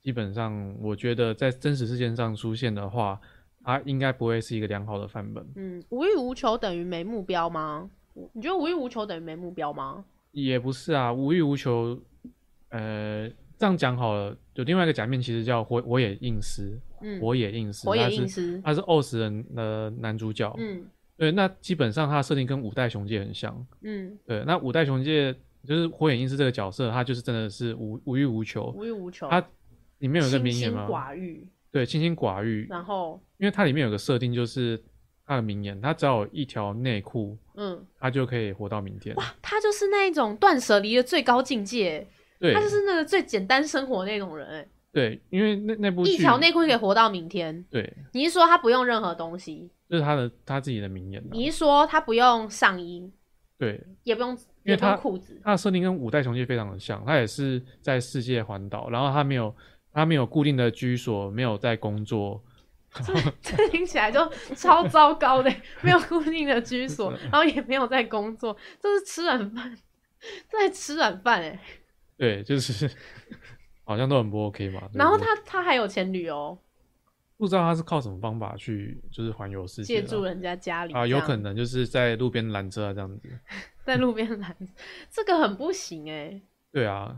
Speaker 3: 基本上我觉得在真实事件上出现的话，他应该不会是一个良好的范本，
Speaker 2: 嗯，无欲无求等于没目标吗？你觉得无欲无求等于没目标吗？
Speaker 3: 也不是啊，无欲无求，呃，这样讲好了，有另外一个假面其实叫火火野映司，
Speaker 2: 嗯，
Speaker 3: 火野映司，
Speaker 2: 火野
Speaker 3: 他是啊
Speaker 2: 映司，
Speaker 3: 他是 OS 人的呃男主角，
Speaker 2: 嗯
Speaker 3: 对，那基本上他的设定跟五代雄介很像，
Speaker 2: 嗯，
Speaker 3: 对，那五代雄介就是火野映司这个角色，他就是真的是无无欲无求，
Speaker 2: 无欲无求，
Speaker 3: 他里面有一个
Speaker 2: 清
Speaker 3: 名言
Speaker 2: 心
Speaker 3: 吗？
Speaker 2: 寡欲，
Speaker 3: 对，清心寡欲，
Speaker 2: 然后
Speaker 3: 因为它里面有个设定就是它的名言，它只要有一条内裤，
Speaker 2: 嗯，
Speaker 3: 它就可以活到明天。
Speaker 2: 他就是那一种断舍离的最高境界，
Speaker 3: 对
Speaker 2: 他就是那个最简单生活那种人、哎
Speaker 3: 对，因为那那部
Speaker 2: 一
Speaker 3: 剧
Speaker 2: 条内裤可以活到明天。
Speaker 3: 对，
Speaker 2: 你是说他不用任何东西？
Speaker 3: 就是他的他自己的名言、啊。
Speaker 2: 你是说他不用上衣，
Speaker 3: 对，
Speaker 2: 也不用，
Speaker 3: 因为
Speaker 2: 也不用
Speaker 3: 他
Speaker 2: 裤子？
Speaker 3: 他的设定跟五代雄介非常的像，他也是在世界环岛，然后他没有他没有固定的居所，没有在工作，
Speaker 2: 这听起来就超糟糕的，没有固定的居 所，然后也没有在工作，这是吃软饭，这在吃软饭哎。
Speaker 3: 对，就是好像都很不 OK 嘛。对
Speaker 2: 然后
Speaker 3: 不对
Speaker 2: 他他还有前女友
Speaker 3: 不知道他是靠什么方法去就是环游世
Speaker 2: 借
Speaker 3: 界啦
Speaker 2: 住人家家里
Speaker 3: 啊，有
Speaker 2: 这样
Speaker 3: 可能就是在路边拦车啊这样子。
Speaker 2: 在路边拦，这个很不行哎、
Speaker 3: 对啊，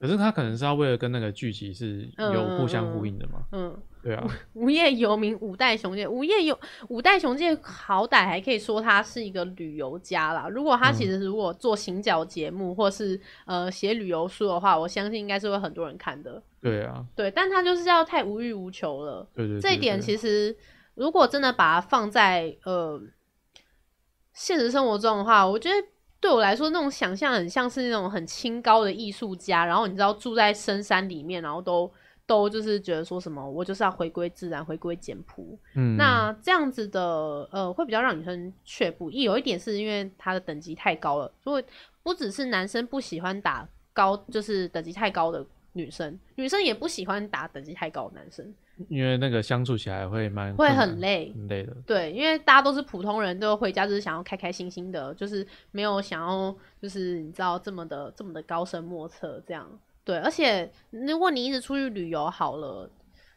Speaker 3: 可是他可能是要为了跟那个剧集是有互相呼应的嘛，
Speaker 2: 嗯，
Speaker 3: 对啊，
Speaker 2: 无业游民五代雄介，无业游五代雄介好歹还可以说他是一个旅游家啦。如果他其实如果做行脚节目或是呃写旅游书的话，我相信应该是会很多人看的。
Speaker 3: 对啊，
Speaker 2: 对，但他就是要太无欲无求了。
Speaker 3: 对对
Speaker 2: 这一点
Speaker 3: 实
Speaker 2: 其实，如果真的把它放在呃现实生活中的话，我觉得对我来说，那种想象很像是那种很清高的艺术家，然后你知道住在深山里面，然后都都就是觉得说什么，我就是要回归自然，回归简朴。
Speaker 3: 嗯，
Speaker 2: 那这样子的呃，会比较让女生却步。一有一点是因为他的等级太高了，所以不只是男生不喜欢打高，就是等级太高的女生，女生也不喜欢打等级太高的男生，
Speaker 3: 因为那个相处起来会蛮
Speaker 2: 会
Speaker 3: 困难
Speaker 2: 很累。
Speaker 3: 很累的，
Speaker 2: 对，因为大家都是普通人，都回家就是想要开开心心的，就是没有想要就是你知道这么的这么的高深莫测这样。对，而且如果你一直出去旅游好了，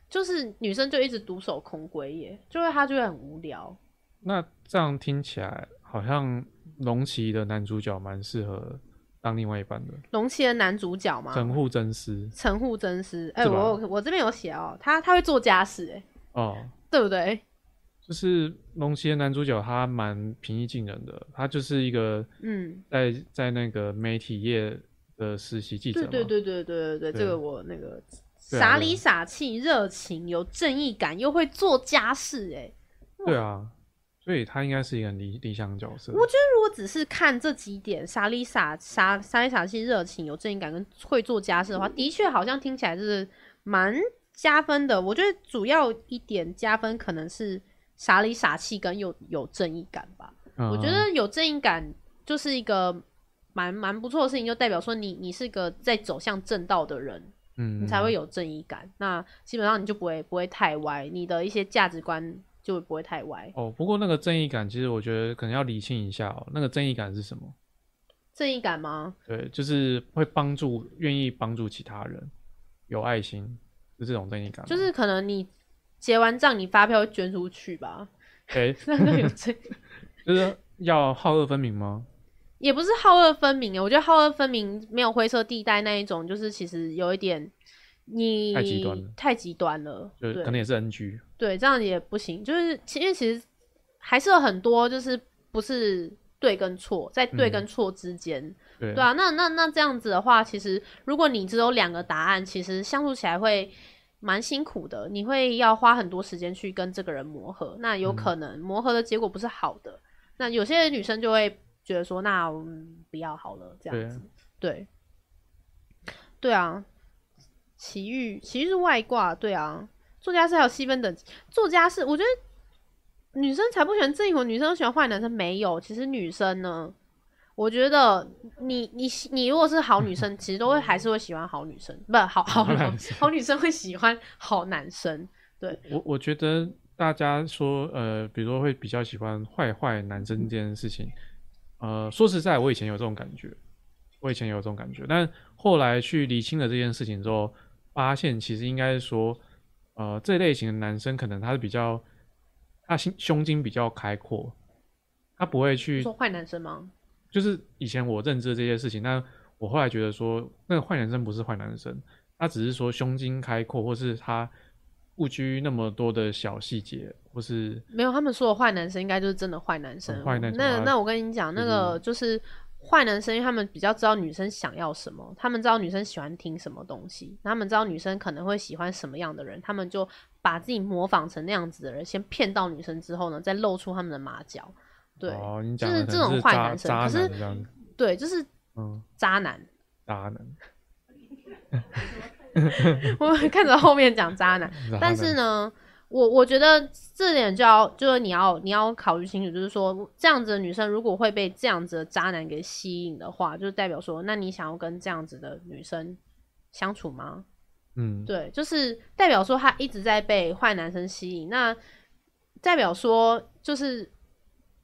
Speaker 2: 就是女生就一直独守空闺耶，就会她就会很无聊。
Speaker 3: 那这样听起来好像龙骑的男主角蛮适合当另外一半的，
Speaker 2: 龙骑的男主角嘛，
Speaker 3: 神户真司
Speaker 2: 陈户真司，哎、
Speaker 3: 是吧
Speaker 2: 我有我这边有写哦，他他会做家事，哎，
Speaker 3: 哦，
Speaker 2: 对不对？
Speaker 3: 就是龙骑的男主角他蛮平易近人的，他就是一个
Speaker 2: 嗯，
Speaker 3: 在在那个媒体业的实习记者
Speaker 2: 对
Speaker 3: 嘛，
Speaker 2: 对对对对对对，
Speaker 3: 对
Speaker 2: 这个我那个
Speaker 3: 对啊
Speaker 2: 傻里傻气、热情、有正义感，又会做家事，哎，
Speaker 3: 对啊，所以他应该是一个很理理想的角色。
Speaker 2: 我觉得如果只是看这几点，傻里傻傻傻里傻气、热情、有正义感跟会做家事的话，的确好像听起来就是蛮加分的。我觉得主要一点加分可能是傻里傻气跟有有正义感吧。
Speaker 3: 嗯
Speaker 2: 我觉得有正义感就是一个蛮蛮不错的事情，就代表说你你是个在走向正道的人，
Speaker 3: 嗯，
Speaker 2: 你才会有正义感。那基本上你就不会不会太歪，你的一些价值观就不会太歪。
Speaker 3: 哦。不过那个正义感，其实我觉得可能要理清一下哦。那个正义感是什么？
Speaker 2: 正义感吗？
Speaker 3: 对，就是会帮助、愿意帮助其他人，有爱心，就这种正义感吗。
Speaker 2: 就是可能你结完账，你发票会捐出去吧，
Speaker 3: 哎、
Speaker 2: 那就有正。
Speaker 3: 就是要好恶分明吗？
Speaker 2: 也不是好恶分明啊，我觉得好恶分明没有灰色地带那一种，就是其实有一点你
Speaker 3: 太极端了
Speaker 2: 太极端了，
Speaker 3: 就是
Speaker 2: 对
Speaker 3: 可能也是 NG。
Speaker 2: 对，这样也不行。就是其因为其实还是有很多，就是不是对跟错，在对
Speaker 3: 嗯
Speaker 2: 跟错之间，
Speaker 3: 对
Speaker 2: 对啊。那那那这样子的话，其实如果你只有两个答案，其实相处起来会蛮辛苦的，你会要花很多时间去跟这个人磨合。那有可能磨合的结果不是好的，那有些女生就会觉得说，那嗯不要好了，这样子，对，啊对啊。奇遇，奇遇是外挂，对啊。作家是还有细分等级，作家是我觉得女生才不喜欢正义魔，女生都喜欢坏男生没有。其实女生呢，我觉得你你你如果是好女生，其实都会还是会喜欢好女生，不好好
Speaker 3: 好男
Speaker 2: 好女生会嗯喜欢好男生。
Speaker 3: 我我觉得大家说，呃，比如说会比较喜欢坏坏男生这件事情，呃，说实在，我以前有这种感觉，我以前有这种感觉，但后来去理清了这件事情之后，发现其实应该是说，呃，这类型的男生可能他是比较，他心胸襟比较开阔，他不会
Speaker 2: 你
Speaker 3: 去
Speaker 2: 说坏男生吗？
Speaker 3: 就是以前我认知的这些事情，那我后来觉得说，那个坏男生不是坏男生，他只是说胸襟开阔，或是他不拘那么多的小细节，或是
Speaker 2: 没有，他们说的坏男生应该就是真的坏男生。
Speaker 3: 嗯坏那种啊嗯
Speaker 2: 那那我跟你讲，那个就是坏男生，因为他们比较知道女生想要什么，他们知道女生喜欢听什么东西，他们知道女生可能会喜欢什么样的人，他们就把自己模仿成那样子的人，先骗到女生之后呢，再露出他们的马脚。对、
Speaker 3: 哦，你讲的
Speaker 2: 就是这
Speaker 3: 可能
Speaker 2: 种
Speaker 3: 是
Speaker 2: 坏
Speaker 3: 渣
Speaker 2: 男生
Speaker 3: 渣
Speaker 2: 可是
Speaker 3: 男这样子，
Speaker 2: 对，就是
Speaker 3: 嗯，
Speaker 2: 渣男。
Speaker 3: 渣男，
Speaker 2: 我们看着后面讲渣男，
Speaker 3: 渣
Speaker 2: 但是
Speaker 3: 男
Speaker 2: 呢，我我觉得这点就要就是你要你要考虑清楚，就是说这样子的女生如果会被这样子的渣男给吸引的话，就代表说，那你想要跟这样子的女生相处吗？
Speaker 3: 嗯，
Speaker 2: 对，就是代表说她一直在被坏男生吸引，那代表说就是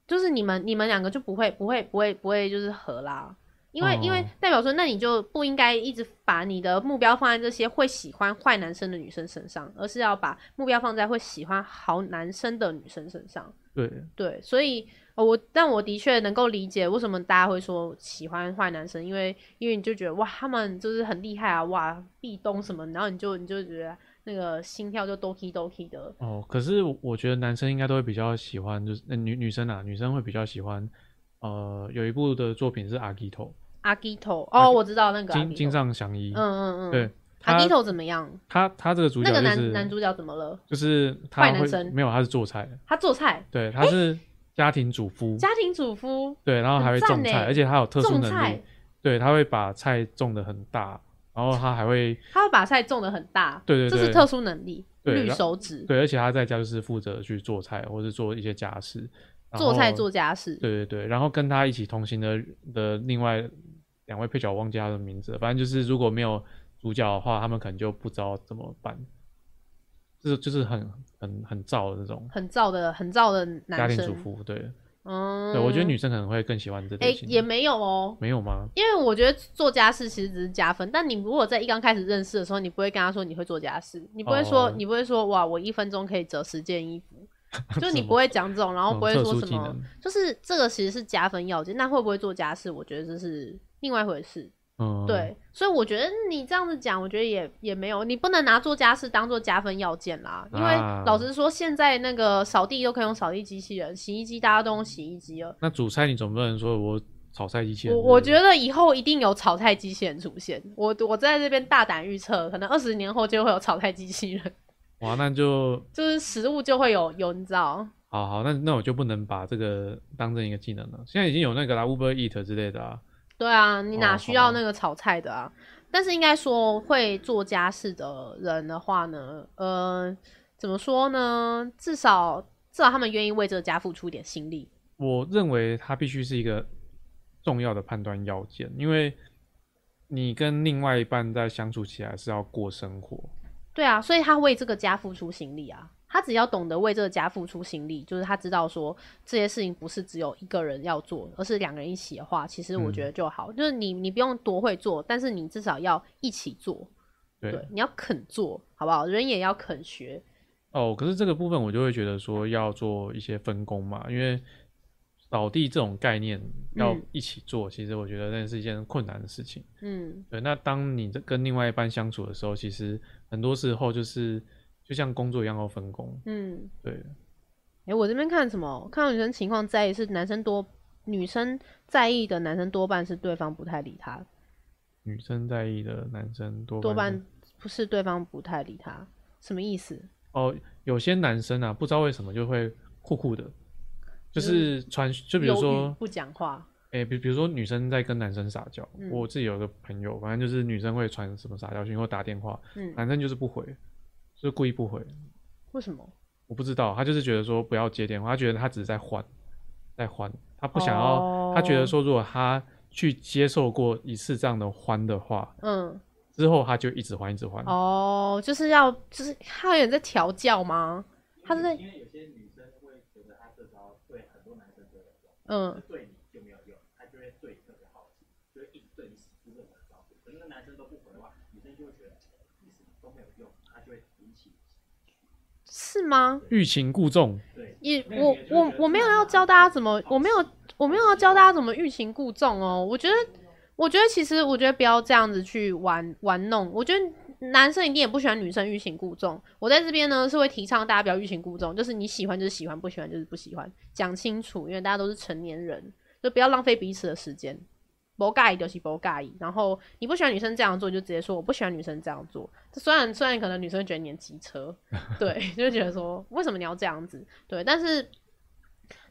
Speaker 2: 就是你们你们两个就不会不会不会不会就是合啦。因为，因为
Speaker 3: 哦
Speaker 2: 代表说，那你就不应该一直把你的目标放在这些会喜欢坏男生的女生身上，而是要把目标放在会喜欢好男生的女生身上。
Speaker 3: 对，
Speaker 2: 对，所以呃我但我的确能够理解为什么大家会说喜欢坏男生，因为因为你就觉得哇，他们就是很厉害啊，哇，壁咚什么，然后你就你就觉得那个心跳就 doki doki 的，
Speaker 3: 哦，可是我我觉得男生应该都会比较喜欢，就是、呃女女生啊，女生会比较喜欢，呃，有一部的作品是阿基头，
Speaker 2: 阿基头
Speaker 3: 阿
Speaker 2: 哦，
Speaker 3: 基
Speaker 2: 我知道那个阿
Speaker 3: 金
Speaker 2: 基
Speaker 3: 金
Speaker 2: 头，
Speaker 3: 上祥一，
Speaker 2: 嗯嗯嗯，
Speaker 3: 对，
Speaker 2: 阿
Speaker 3: 他
Speaker 2: 基头怎么样？
Speaker 3: 他他这个主
Speaker 2: 那
Speaker 3: 角
Speaker 2: 个
Speaker 3: 就
Speaker 2: 男
Speaker 3: 是
Speaker 2: 男主角怎么了？
Speaker 3: 就是
Speaker 2: 坏
Speaker 3: 他
Speaker 2: 男
Speaker 3: 会
Speaker 2: 生
Speaker 3: 没有，他是做菜的，
Speaker 2: 他做菜，
Speaker 3: 对，他是家庭主妇，
Speaker 2: 家庭主妇，
Speaker 3: 对，然后还会
Speaker 2: 很赞
Speaker 3: 种
Speaker 2: 欸
Speaker 3: 菜，而且他有特殊
Speaker 2: 种
Speaker 3: 能
Speaker 2: 菜
Speaker 3: 力，，对，他会把菜种的很大，然后他还会
Speaker 2: 他会把菜种的很大，
Speaker 3: 对对
Speaker 2: 这是
Speaker 3: 对
Speaker 2: 特殊能力，
Speaker 3: 对
Speaker 2: 绿
Speaker 3: 然
Speaker 2: 手指，
Speaker 3: 对，而且他在家就是负责去做菜或是做一些家事，然
Speaker 2: 做菜
Speaker 3: 后
Speaker 2: 做家事，
Speaker 3: 对对对，然后跟他一起同行的的另外两位配角，我忘记他的名字了，反正就是如果没有主角的话，他们可能就不知道怎么办，就是就是很很很燥的那种
Speaker 2: 很燥的很燥的
Speaker 3: 家
Speaker 2: 男
Speaker 3: 庭主
Speaker 2: 生，
Speaker 3: 妇。对，
Speaker 2: 嗯，
Speaker 3: 对我觉得女生可能会更喜欢这
Speaker 2: 哎、
Speaker 3: 类型的。
Speaker 2: 也没有哦，
Speaker 3: 没有吗？
Speaker 2: 因为我觉得做家事其实只是加分，但你如果在一刚开始认识的时候，你不会跟他说你会做家事，你不会说、
Speaker 3: 哦
Speaker 2: 你不会说哇，我一分钟可以折十件衣 服，就你
Speaker 3: 什么
Speaker 2: 不会讲这种，然后不会
Speaker 3: 这种
Speaker 2: 说
Speaker 3: 特殊
Speaker 2: 什
Speaker 3: 技
Speaker 2: 么，
Speaker 3: 能
Speaker 2: 就是这个其实是加分要件。那会不会做家事，我觉得这是另外一回事。
Speaker 3: 嗯，
Speaker 2: 对，所以我觉得你这样子讲，我觉得也也没有，你不能拿做家事当做加分要件啦。因为
Speaker 3: 啊
Speaker 2: 老实说，现在那个扫地都可以用扫地机器人，洗衣机大家都用洗衣机了。
Speaker 3: 那煮菜你总不能说我炒菜机器人
Speaker 2: 我
Speaker 3: 是不是，
Speaker 2: 我觉得以后一定有炒菜机器人出现，我我在这边大胆预测，可能二十年后就会有炒菜机器人，
Speaker 3: 哇，那就
Speaker 2: 就是食物就会有有你知道，
Speaker 3: 好好，那那我就不能把这个当成一个技能了。现在已经有那个啦，Uber Eat 之类的啊，
Speaker 2: 对啊，你哪
Speaker 3: 哦
Speaker 2: 需要
Speaker 3: 好吧
Speaker 2: 那个炒菜的啊？但是应该说会做家事的人的话呢，呃，怎么说呢？至少至少他们愿意为这个家付出一点心力。
Speaker 3: 我认为它必须是一个重要的判断要件，因为你跟另外一半在相处起来是要过生活，
Speaker 2: 对啊，所以他为这个家付出心力啊。他只要懂得为这个家付出心力，就是他知道说这些事情不是只有一个人要做，而是两个人一起的话，其实我
Speaker 3: 嗯
Speaker 2: 觉得就好。就是你你不用多会做，但是你至少要一起做，
Speaker 3: 对
Speaker 2: 对，你要肯做，好不好？人也要肯学，
Speaker 3: 哦。可是这个部分我就会觉得说要做一些分工嘛，因为扫地这种概念要
Speaker 2: 嗯
Speaker 3: 一起做，其实我觉得那是一件困难的事情。
Speaker 2: 嗯，
Speaker 3: 对，那当你这跟另外一半相处的时候，其实很多时候就是就像工作一样要分工。
Speaker 2: 嗯，
Speaker 3: 对，
Speaker 2: 诶、我这边看什么？看到女生情况在意是男生多，女生在意的男生多半是对方不太理他，
Speaker 3: 女生在意的男生多
Speaker 2: 多
Speaker 3: 半是
Speaker 2: 半不是对方不太理他，什么意思？
Speaker 3: 哦，有些男生啊，不知道为什么就会酷酷的，
Speaker 2: 就
Speaker 3: 就
Speaker 2: 是
Speaker 3: 是传，就比如
Speaker 2: 犹豫
Speaker 3: 说，
Speaker 2: 不讲话，
Speaker 3: 诶，比、比如说女生在跟男生撒娇，
Speaker 2: 嗯
Speaker 3: 我自己有个朋友，反正就是女生会传什么撒娇讯或打电话，
Speaker 2: 嗯，
Speaker 3: 男生就是不回，就是故意不回，
Speaker 2: 为什么？
Speaker 3: 我不知道，他就是觉得说不要接电话，他觉得他只是在换，在换，他不想要，
Speaker 2: 哦
Speaker 3: 他觉得说如果他去接受过一次这样的欢的话，
Speaker 2: 嗯，
Speaker 3: 之后他就一直欢一直欢，
Speaker 2: 哦，就是要，就是他有点在调教吗？他是在，
Speaker 4: 因为有些女生会觉得她这招对很多男生都有用，
Speaker 2: 嗯
Speaker 4: 但，对你就没有用，她就会对你特别好奇，就会一直对你使出各种招数。可是那男生都不回的话，女生就会觉得意思都没有用，她就会引起
Speaker 2: 是吗？
Speaker 3: 欲擒故纵，
Speaker 4: 对
Speaker 2: 也，
Speaker 4: 那你
Speaker 2: 我
Speaker 4: 也就
Speaker 2: 我
Speaker 4: 觉得
Speaker 2: 我没有要教大家怎么，我没有我没有要教大家怎么欲擒故纵哦。我觉得，我觉得其实我觉得不要这样子去玩玩弄。我觉得男生一定也不喜欢女生欲擒故纵。我在这边呢是会提倡大家不要欲擒故纵，就是你喜欢就是喜欢，不喜欢就是不喜欢，讲清楚，因为大家都是成年人，就不要浪费彼此的时间。不介意就是不介意，然后你不喜欢女生这样做，就直接说我不喜欢女生这样做。虽然虽然可能女生会觉得你很机车，对， 就会觉得说为什么你要这样子？对，但是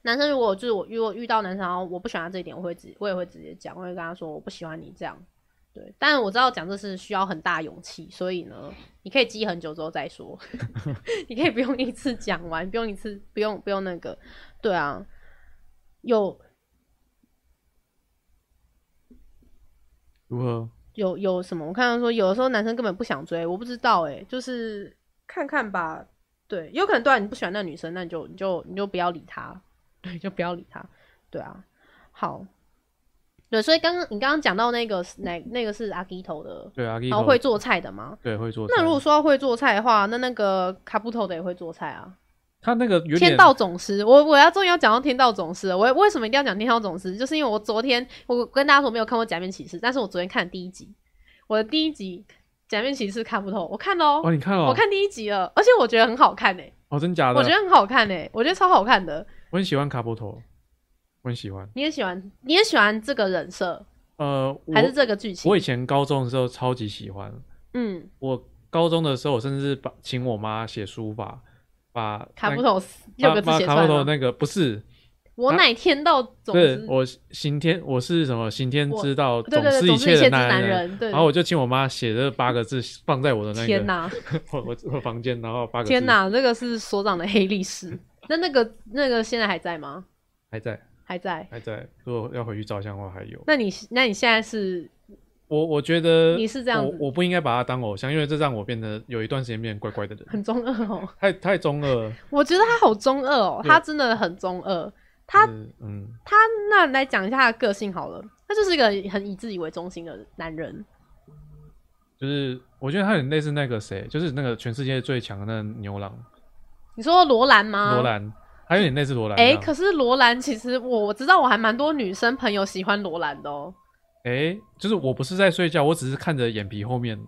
Speaker 2: 男生如果就是我如果遇到男生，然后我不喜欢他这一点，我会直我也会直接讲，我会跟他说我不喜欢你这样。对，但是我知道讲这是需要很大勇气，所以呢，你可以积很久之后再说， 你可以不用一次讲完，不用一次，不用不用那个，对啊，有
Speaker 3: 如何？
Speaker 2: 有有什么？我看到说，有的时候男生根本不想追，我不知道哎、就是看看吧。对，有可能对、啊、你不喜欢那女生，那你就你就你就不要理她，对，就不要理她。对啊，好，对，所以刚刚你刚刚讲到那个是哪那个是阿基头的，
Speaker 3: 对啊，
Speaker 2: 然后哦会做菜的吗？
Speaker 3: 对会做菜，
Speaker 2: 那如果说到会做菜的话，那那个卡布头的也会做菜啊。
Speaker 3: 他那个有点
Speaker 2: 天道总司，我我要终于要讲到天道总司了。我为什么一定要讲天道总司？就是因为我昨天我跟大家说没有看过《假面骑士》，但是我昨天看了第一集，我的第一集《假面骑士》看不透，我看喽、
Speaker 3: 哦，你看哦，
Speaker 2: 我看第一集了，而且我觉得很好看哎、
Speaker 3: 哦，真假的，
Speaker 2: 我觉得很好看哎、我觉得超好看的。
Speaker 3: 我很喜欢卡波头，我很喜欢。
Speaker 2: 你也喜欢，你也喜欢这个人设，
Speaker 3: 呃，
Speaker 2: 还是
Speaker 3: 我
Speaker 2: 这个剧情？
Speaker 3: 我以前高中的时候超级喜欢，
Speaker 2: 嗯，
Speaker 3: 我高中的时候我甚至把请我妈写书法，把
Speaker 2: 卡布
Speaker 3: 那
Speaker 2: 头六个字
Speaker 3: 把
Speaker 2: 写
Speaker 3: 把
Speaker 2: 出
Speaker 3: 卡
Speaker 2: 来
Speaker 3: 布头
Speaker 2: 吗。
Speaker 3: 那个不是，
Speaker 2: 我乃天道总
Speaker 3: 对
Speaker 2: 司，
Speaker 3: 我刑天，我是什么刑天
Speaker 2: 我
Speaker 3: 之道，
Speaker 2: 对对对，
Speaker 3: 是一
Speaker 2: 总
Speaker 3: 切
Speaker 2: 切之
Speaker 3: 男
Speaker 2: 人。对，
Speaker 3: 啊然后我就请我妈写这八个字放在我的那
Speaker 2: 天
Speaker 3: 个
Speaker 2: 哪，
Speaker 3: 我我我房间，然后八个字
Speaker 2: 天哪，这个是所长的黑历史。那那个那个现在还在吗？
Speaker 3: 还在
Speaker 2: 还在。
Speaker 3: 还在，如果要回去照相的话还有。
Speaker 2: 那你那你现在是
Speaker 3: 我我觉得
Speaker 2: 你是这样子
Speaker 3: 我我不应该把他当偶像，因为这让我变得有一段时间变得怪怪的人，
Speaker 2: 很中二哦，
Speaker 3: 太太中二了。
Speaker 2: 我觉得他好中二哦，
Speaker 3: 对
Speaker 2: 他真的很中二。他
Speaker 3: 就是嗯，
Speaker 2: 他那来讲一下他的个性好了，他就是一个很以自己为中心的男人。
Speaker 3: 就是我觉得他很类似那个谁，就是那个全世界最强的那个牛郎
Speaker 2: 你说罗兰吗？
Speaker 3: 罗兰，啊他有点类似罗兰那
Speaker 2: 哎、
Speaker 3: 样。
Speaker 2: 啊可是罗兰其实我我知道，我还蛮多女生朋友喜欢罗兰的哦。
Speaker 3: 哎，就是我不是在睡觉，我只是看着眼皮后面。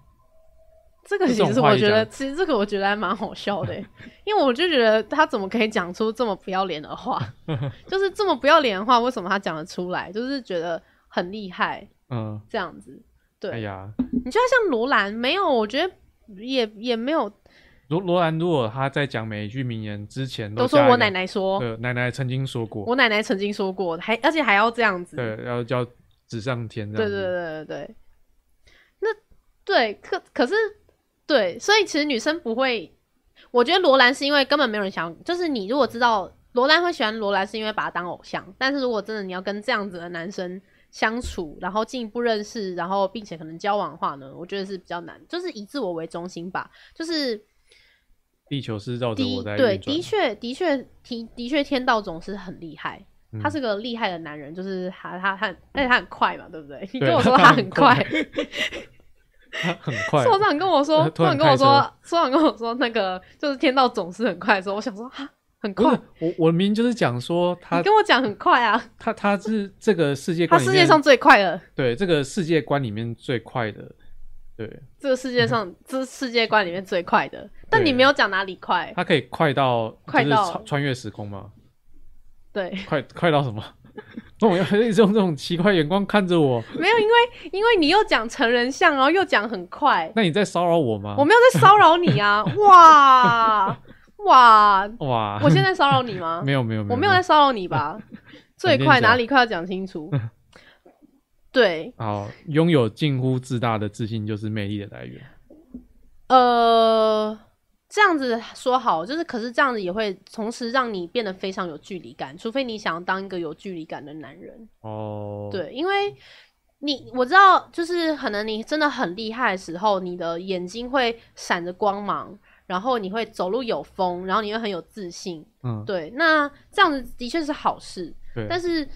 Speaker 2: 这个
Speaker 3: 这
Speaker 2: 其
Speaker 3: 种
Speaker 2: 实
Speaker 3: 话
Speaker 2: 我
Speaker 3: 一
Speaker 2: 觉得，
Speaker 3: 讲
Speaker 2: 其实这个我觉得还蛮好笑的欸，因为我就觉得他怎么可以讲出这么不要脸的话， 就是这么不要脸的话，为什么他讲得出来？就是觉得很厉害
Speaker 3: 嗯，
Speaker 2: 这样子。对，
Speaker 3: 哎呀，
Speaker 2: 你觉得像罗兰没有？我觉得也也没有，
Speaker 3: 罗罗兰如果他在讲每一句名言之前
Speaker 2: 都说
Speaker 3: 加一个
Speaker 2: 我奶，奶说，
Speaker 3: 对，奶奶曾经说过，
Speaker 2: 我奶奶曾经说过，还而且还要这样子。
Speaker 3: 对，要叫纸上天这
Speaker 2: 对
Speaker 3: 样
Speaker 2: 对
Speaker 3: 子。
Speaker 2: 对对对，那对可可是对，所以其实女生不会，我觉得罗兰是因为根本没有人想，就是你如果知道罗兰会喜欢罗兰，是因为把他当偶像，但是如果真的你要跟这样子的男生相处，然后进一步认识，然后并且可能交往的话呢，我觉得是比较难，就是以自我为中心吧，就是
Speaker 3: 地球是绕着
Speaker 2: 的
Speaker 3: 我在
Speaker 2: 对，
Speaker 3: 运转
Speaker 2: 的。确的确的的确天道总是很厉害，
Speaker 3: 嗯
Speaker 2: 他是个厉害的男人，就是他他他，而且他很快嘛，对不对？你
Speaker 3: 对
Speaker 2: 跟 我说
Speaker 3: 他
Speaker 2: 他
Speaker 3: 很
Speaker 2: 很快，
Speaker 3: 他 很快，
Speaker 2: 所长跟我说，
Speaker 3: 突
Speaker 2: 所长
Speaker 3: 然
Speaker 2: 跟我
Speaker 3: 开
Speaker 2: 说，所长跟我说，那个就是天道总是很快的时候，我想说哈，很
Speaker 3: 不
Speaker 2: 快
Speaker 3: 是，我，我明明就是讲说
Speaker 2: 你
Speaker 3: 他
Speaker 2: 跟我讲很快啊，
Speaker 3: 他他是这个世界
Speaker 2: 他
Speaker 3: 观里
Speaker 2: 世
Speaker 3: 面，
Speaker 2: 界上最快了，
Speaker 3: 对这个世界观里面最快的，对，
Speaker 2: 这个世界
Speaker 3: 嗯
Speaker 2: 上这世界观里面最快的，但你没有讲哪里快，
Speaker 3: 他可以快到
Speaker 2: 快
Speaker 3: 就是
Speaker 2: 到
Speaker 3: 穿穿越时空嘛，
Speaker 2: 对，
Speaker 3: 快快到什么？ 那我要一直用这种奇怪眼光看着我，
Speaker 2: 没有，因为因为你又讲成人像，然后又讲很快，
Speaker 3: 那你在骚扰我吗
Speaker 2: 我？没有在骚扰你 啊，哇哇，
Speaker 3: 哇，？
Speaker 2: 我现在骚扰你吗
Speaker 3: 没有没有没有，
Speaker 2: 我没有在骚扰你 吧？最
Speaker 3: 冷静
Speaker 2: 快
Speaker 3: 一下
Speaker 2: 哪里快要讲清楚，对，
Speaker 3: 好，拥有近乎自大的自信就是魅力的来源。
Speaker 2: 呃，这样子说好，就是可是这样子也会同时让你变得非常有距离感，除非你想要当一个有距离感的男人。
Speaker 3: 哦，，
Speaker 2: 对，因为你我知道，就是可能你真的很厉害的时候，你的眼睛会闪着光芒，然后你会走路有风，然后你会很有自信。
Speaker 3: 嗯，
Speaker 2: 对，那这样子的确是好事，
Speaker 3: 对，
Speaker 2: 但是。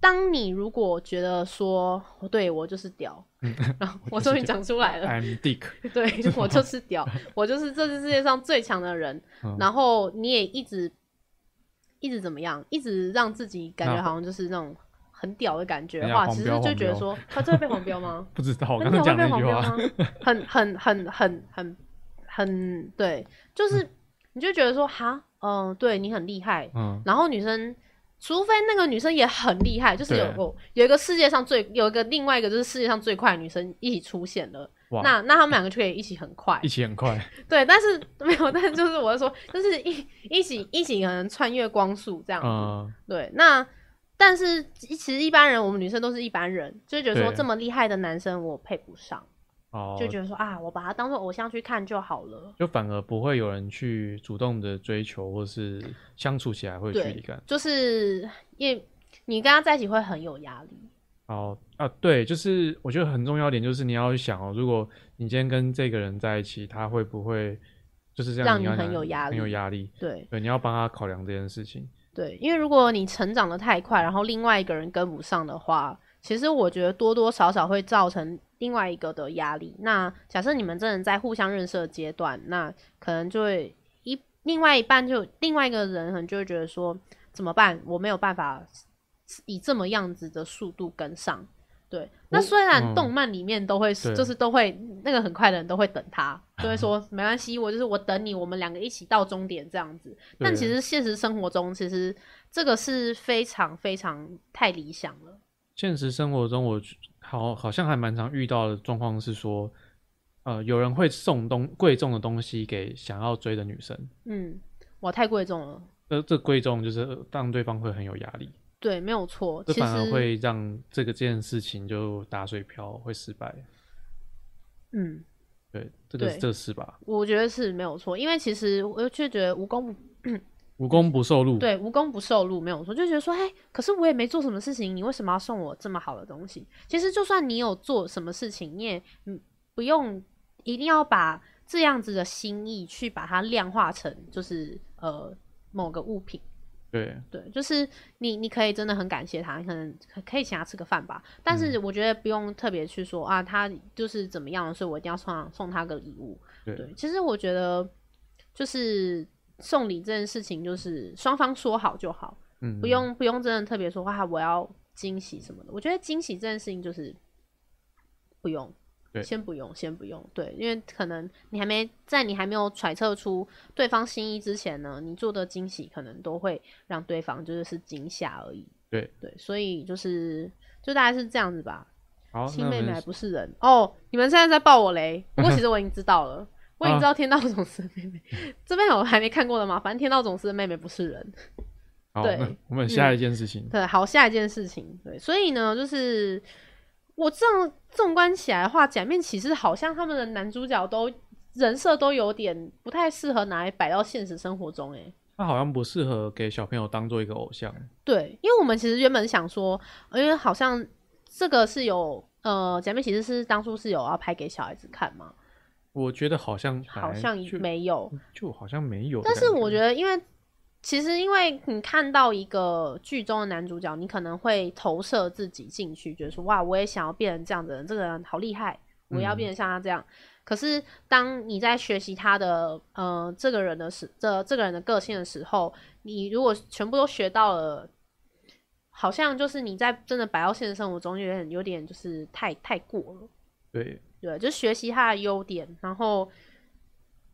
Speaker 2: 当你如果觉得说，哦对我就是屌， 然后我
Speaker 3: 我就
Speaker 2: 终
Speaker 3: 是
Speaker 2: 于
Speaker 3: 屌哎
Speaker 2: 讲出来了，
Speaker 3: 嗯 I'm Dick，
Speaker 2: 对我就是 屌，我就是这世界上最强的人。
Speaker 3: 嗯
Speaker 2: 然后你也一直一直怎么样，一直让自己感觉好像就是那种很屌的感觉
Speaker 3: 等一
Speaker 2: 的
Speaker 3: 下
Speaker 2: 话，
Speaker 3: 黄
Speaker 2: 其实
Speaker 3: 标
Speaker 2: 就
Speaker 3: 黄
Speaker 2: 觉得
Speaker 3: 标？
Speaker 2: 说他真的被黄标吗
Speaker 3: 不知 道我
Speaker 2: 真
Speaker 3: 刚
Speaker 2: 的
Speaker 3: 刚
Speaker 2: 会
Speaker 3: 讲
Speaker 2: 被
Speaker 3: 那
Speaker 2: 黄
Speaker 3: 句
Speaker 2: 标
Speaker 3: 话
Speaker 2: 吗，？ 很很很很很很对，就是你就觉得说哈，嗯、对你很厉害，
Speaker 3: 嗯，
Speaker 2: 然后女生，除非那个女生也很厉害，就是有
Speaker 3: 对
Speaker 2: 有有一个世界上最有一个另外一个就是世界上最快的女生一起出现了，
Speaker 3: 哇
Speaker 2: 那那他们两个就可以一起很快
Speaker 3: 一，起很快，
Speaker 2: 对，但是没有，但是就是我是说，就是一一起一起可能穿越光速这样子，
Speaker 3: 嗯，
Speaker 2: 对，那。但是其实一般人，我们女生都是一般人，就会觉得说
Speaker 3: 对
Speaker 2: 这么厉害的男生我配不上，
Speaker 3: 哦，
Speaker 2: 就觉得说啊，我把他当做偶像去看就好了。
Speaker 3: 就反而不会有人去主动的追求，或是相处起来会有距离感。
Speaker 2: 就是因为你跟他在一起会很有压力，
Speaker 3: 哦啊，对，就是我觉得很重要一点就是你要去想哦，如果你今天跟这个人在一起，他会不会就是这样
Speaker 2: 让
Speaker 3: 你
Speaker 2: 你
Speaker 3: 要
Speaker 2: 很
Speaker 3: 想
Speaker 2: 有压
Speaker 3: 很有
Speaker 2: 力
Speaker 3: 压力。
Speaker 2: 对，
Speaker 3: 对，你要帮他考量这件事情。
Speaker 2: 对，因为如果你成长的太快，然后另外一个人跟不上的话，其实我觉得多多少少会造成另外一个的压力。那假设你们真的在互相认识的阶段，那可能就会一另外一半就另外一个人可能就会觉得说怎么办？我没有办法以这么样子的速度跟上。对，那虽然
Speaker 3: 嗯
Speaker 2: 动漫里面都会、
Speaker 3: 对
Speaker 2: 就是都会那个很快的人都会等他，就会说没关系，我就是我等你，我们两个一起到终点这样子。但
Speaker 3: 对
Speaker 2: 其实现实生活中，其实这个是非常非常太理想了。
Speaker 3: 现实生活中，我好好像还蛮常遇到的状况是说，呃，有人会送东贵重的东西给想要追的女生，
Speaker 2: 嗯，我太贵重了。
Speaker 3: 呃，这贵重就是呃让对方会很有压力，
Speaker 2: 对，没有错。
Speaker 3: 这
Speaker 2: 其
Speaker 3: 反而
Speaker 2: 实，
Speaker 3: 会让这个这件事情就打水漂，会失败。
Speaker 2: 嗯，
Speaker 3: 对，这个
Speaker 2: 对
Speaker 3: 这个是吧？
Speaker 2: 我觉得是没有错，因为其实我就觉得无功不
Speaker 3: 无功不受禄。
Speaker 2: 对，无功不受禄，没有错，就觉得说，哎、可是我也没做什么事情，你为什么要送我这么好的东西？其实就算你有做什么事情，你也嗯不用一定要把这样子的心意去把它量化成就是呃某个物品。
Speaker 3: 对
Speaker 2: 对，就是你，你可以真的很感谢他，你可能可可以请他吃个饭吧。但是我觉得不用特别去说啊，他就是怎么样，所以我一定要送他送他个礼物。
Speaker 3: 对
Speaker 2: 对，其实我觉得就是送礼这件事情，就是双方说好就好，
Speaker 3: 嗯，
Speaker 2: 不用不用真的特别说哇，我要惊喜什么的。我觉得惊喜这件事情就是不用，
Speaker 3: 对
Speaker 2: 先不用，先不用，对，因为可能你还没在你还没有揣测出对方心意之前呢，你做的惊喜可能都会让对方就是是惊吓而已。
Speaker 3: 对
Speaker 2: 对，所以就是就大概是这样子吧。
Speaker 3: 好，
Speaker 2: 亲
Speaker 3: 那我
Speaker 2: 妹妹还
Speaker 3: 们
Speaker 2: 不是人哦！你们现在在爆我雷，不过其实我已经知道 了，我已经
Speaker 3: 啊
Speaker 2: 知道天道总司的妹妹。这边有还没看过的吗？反正天道总司的妹妹不是人。
Speaker 3: 好，
Speaker 2: 对嗯
Speaker 3: 那我们下一件事情，
Speaker 2: 对，好，下一件事情，对，所以呢，就是我这样纵观起来的话，假面骑士好像他们的男主角都人设都有点不太适合拿来摆到现实生活中，哎，
Speaker 3: 它好像不适合给小朋友当做一个偶像。
Speaker 2: 对，因为我们其实原本想说，呃因为好像这个是有呃，假面骑士是当初是有要拍给小孩子看嘛，
Speaker 3: 我觉得好像本来
Speaker 2: 好像
Speaker 3: 就，
Speaker 2: 没有，
Speaker 3: 就好像没有的
Speaker 2: 但
Speaker 3: 感。
Speaker 2: 是我觉得，因为其实因为你看到一个剧中的男主角，你可能会投射自己进去，觉得说哇，我也想要变成这样的人，这个人好厉害，我也要
Speaker 3: 嗯
Speaker 2: 变得像他这样。可是当你在学习他的呃这个人的时这这个人的个性的时候，你如果全部都学到了。好像就是你在真的摆到现实生活中，有点有点就是太太过了。
Speaker 3: 对，
Speaker 2: 对，就学习他的优点，然后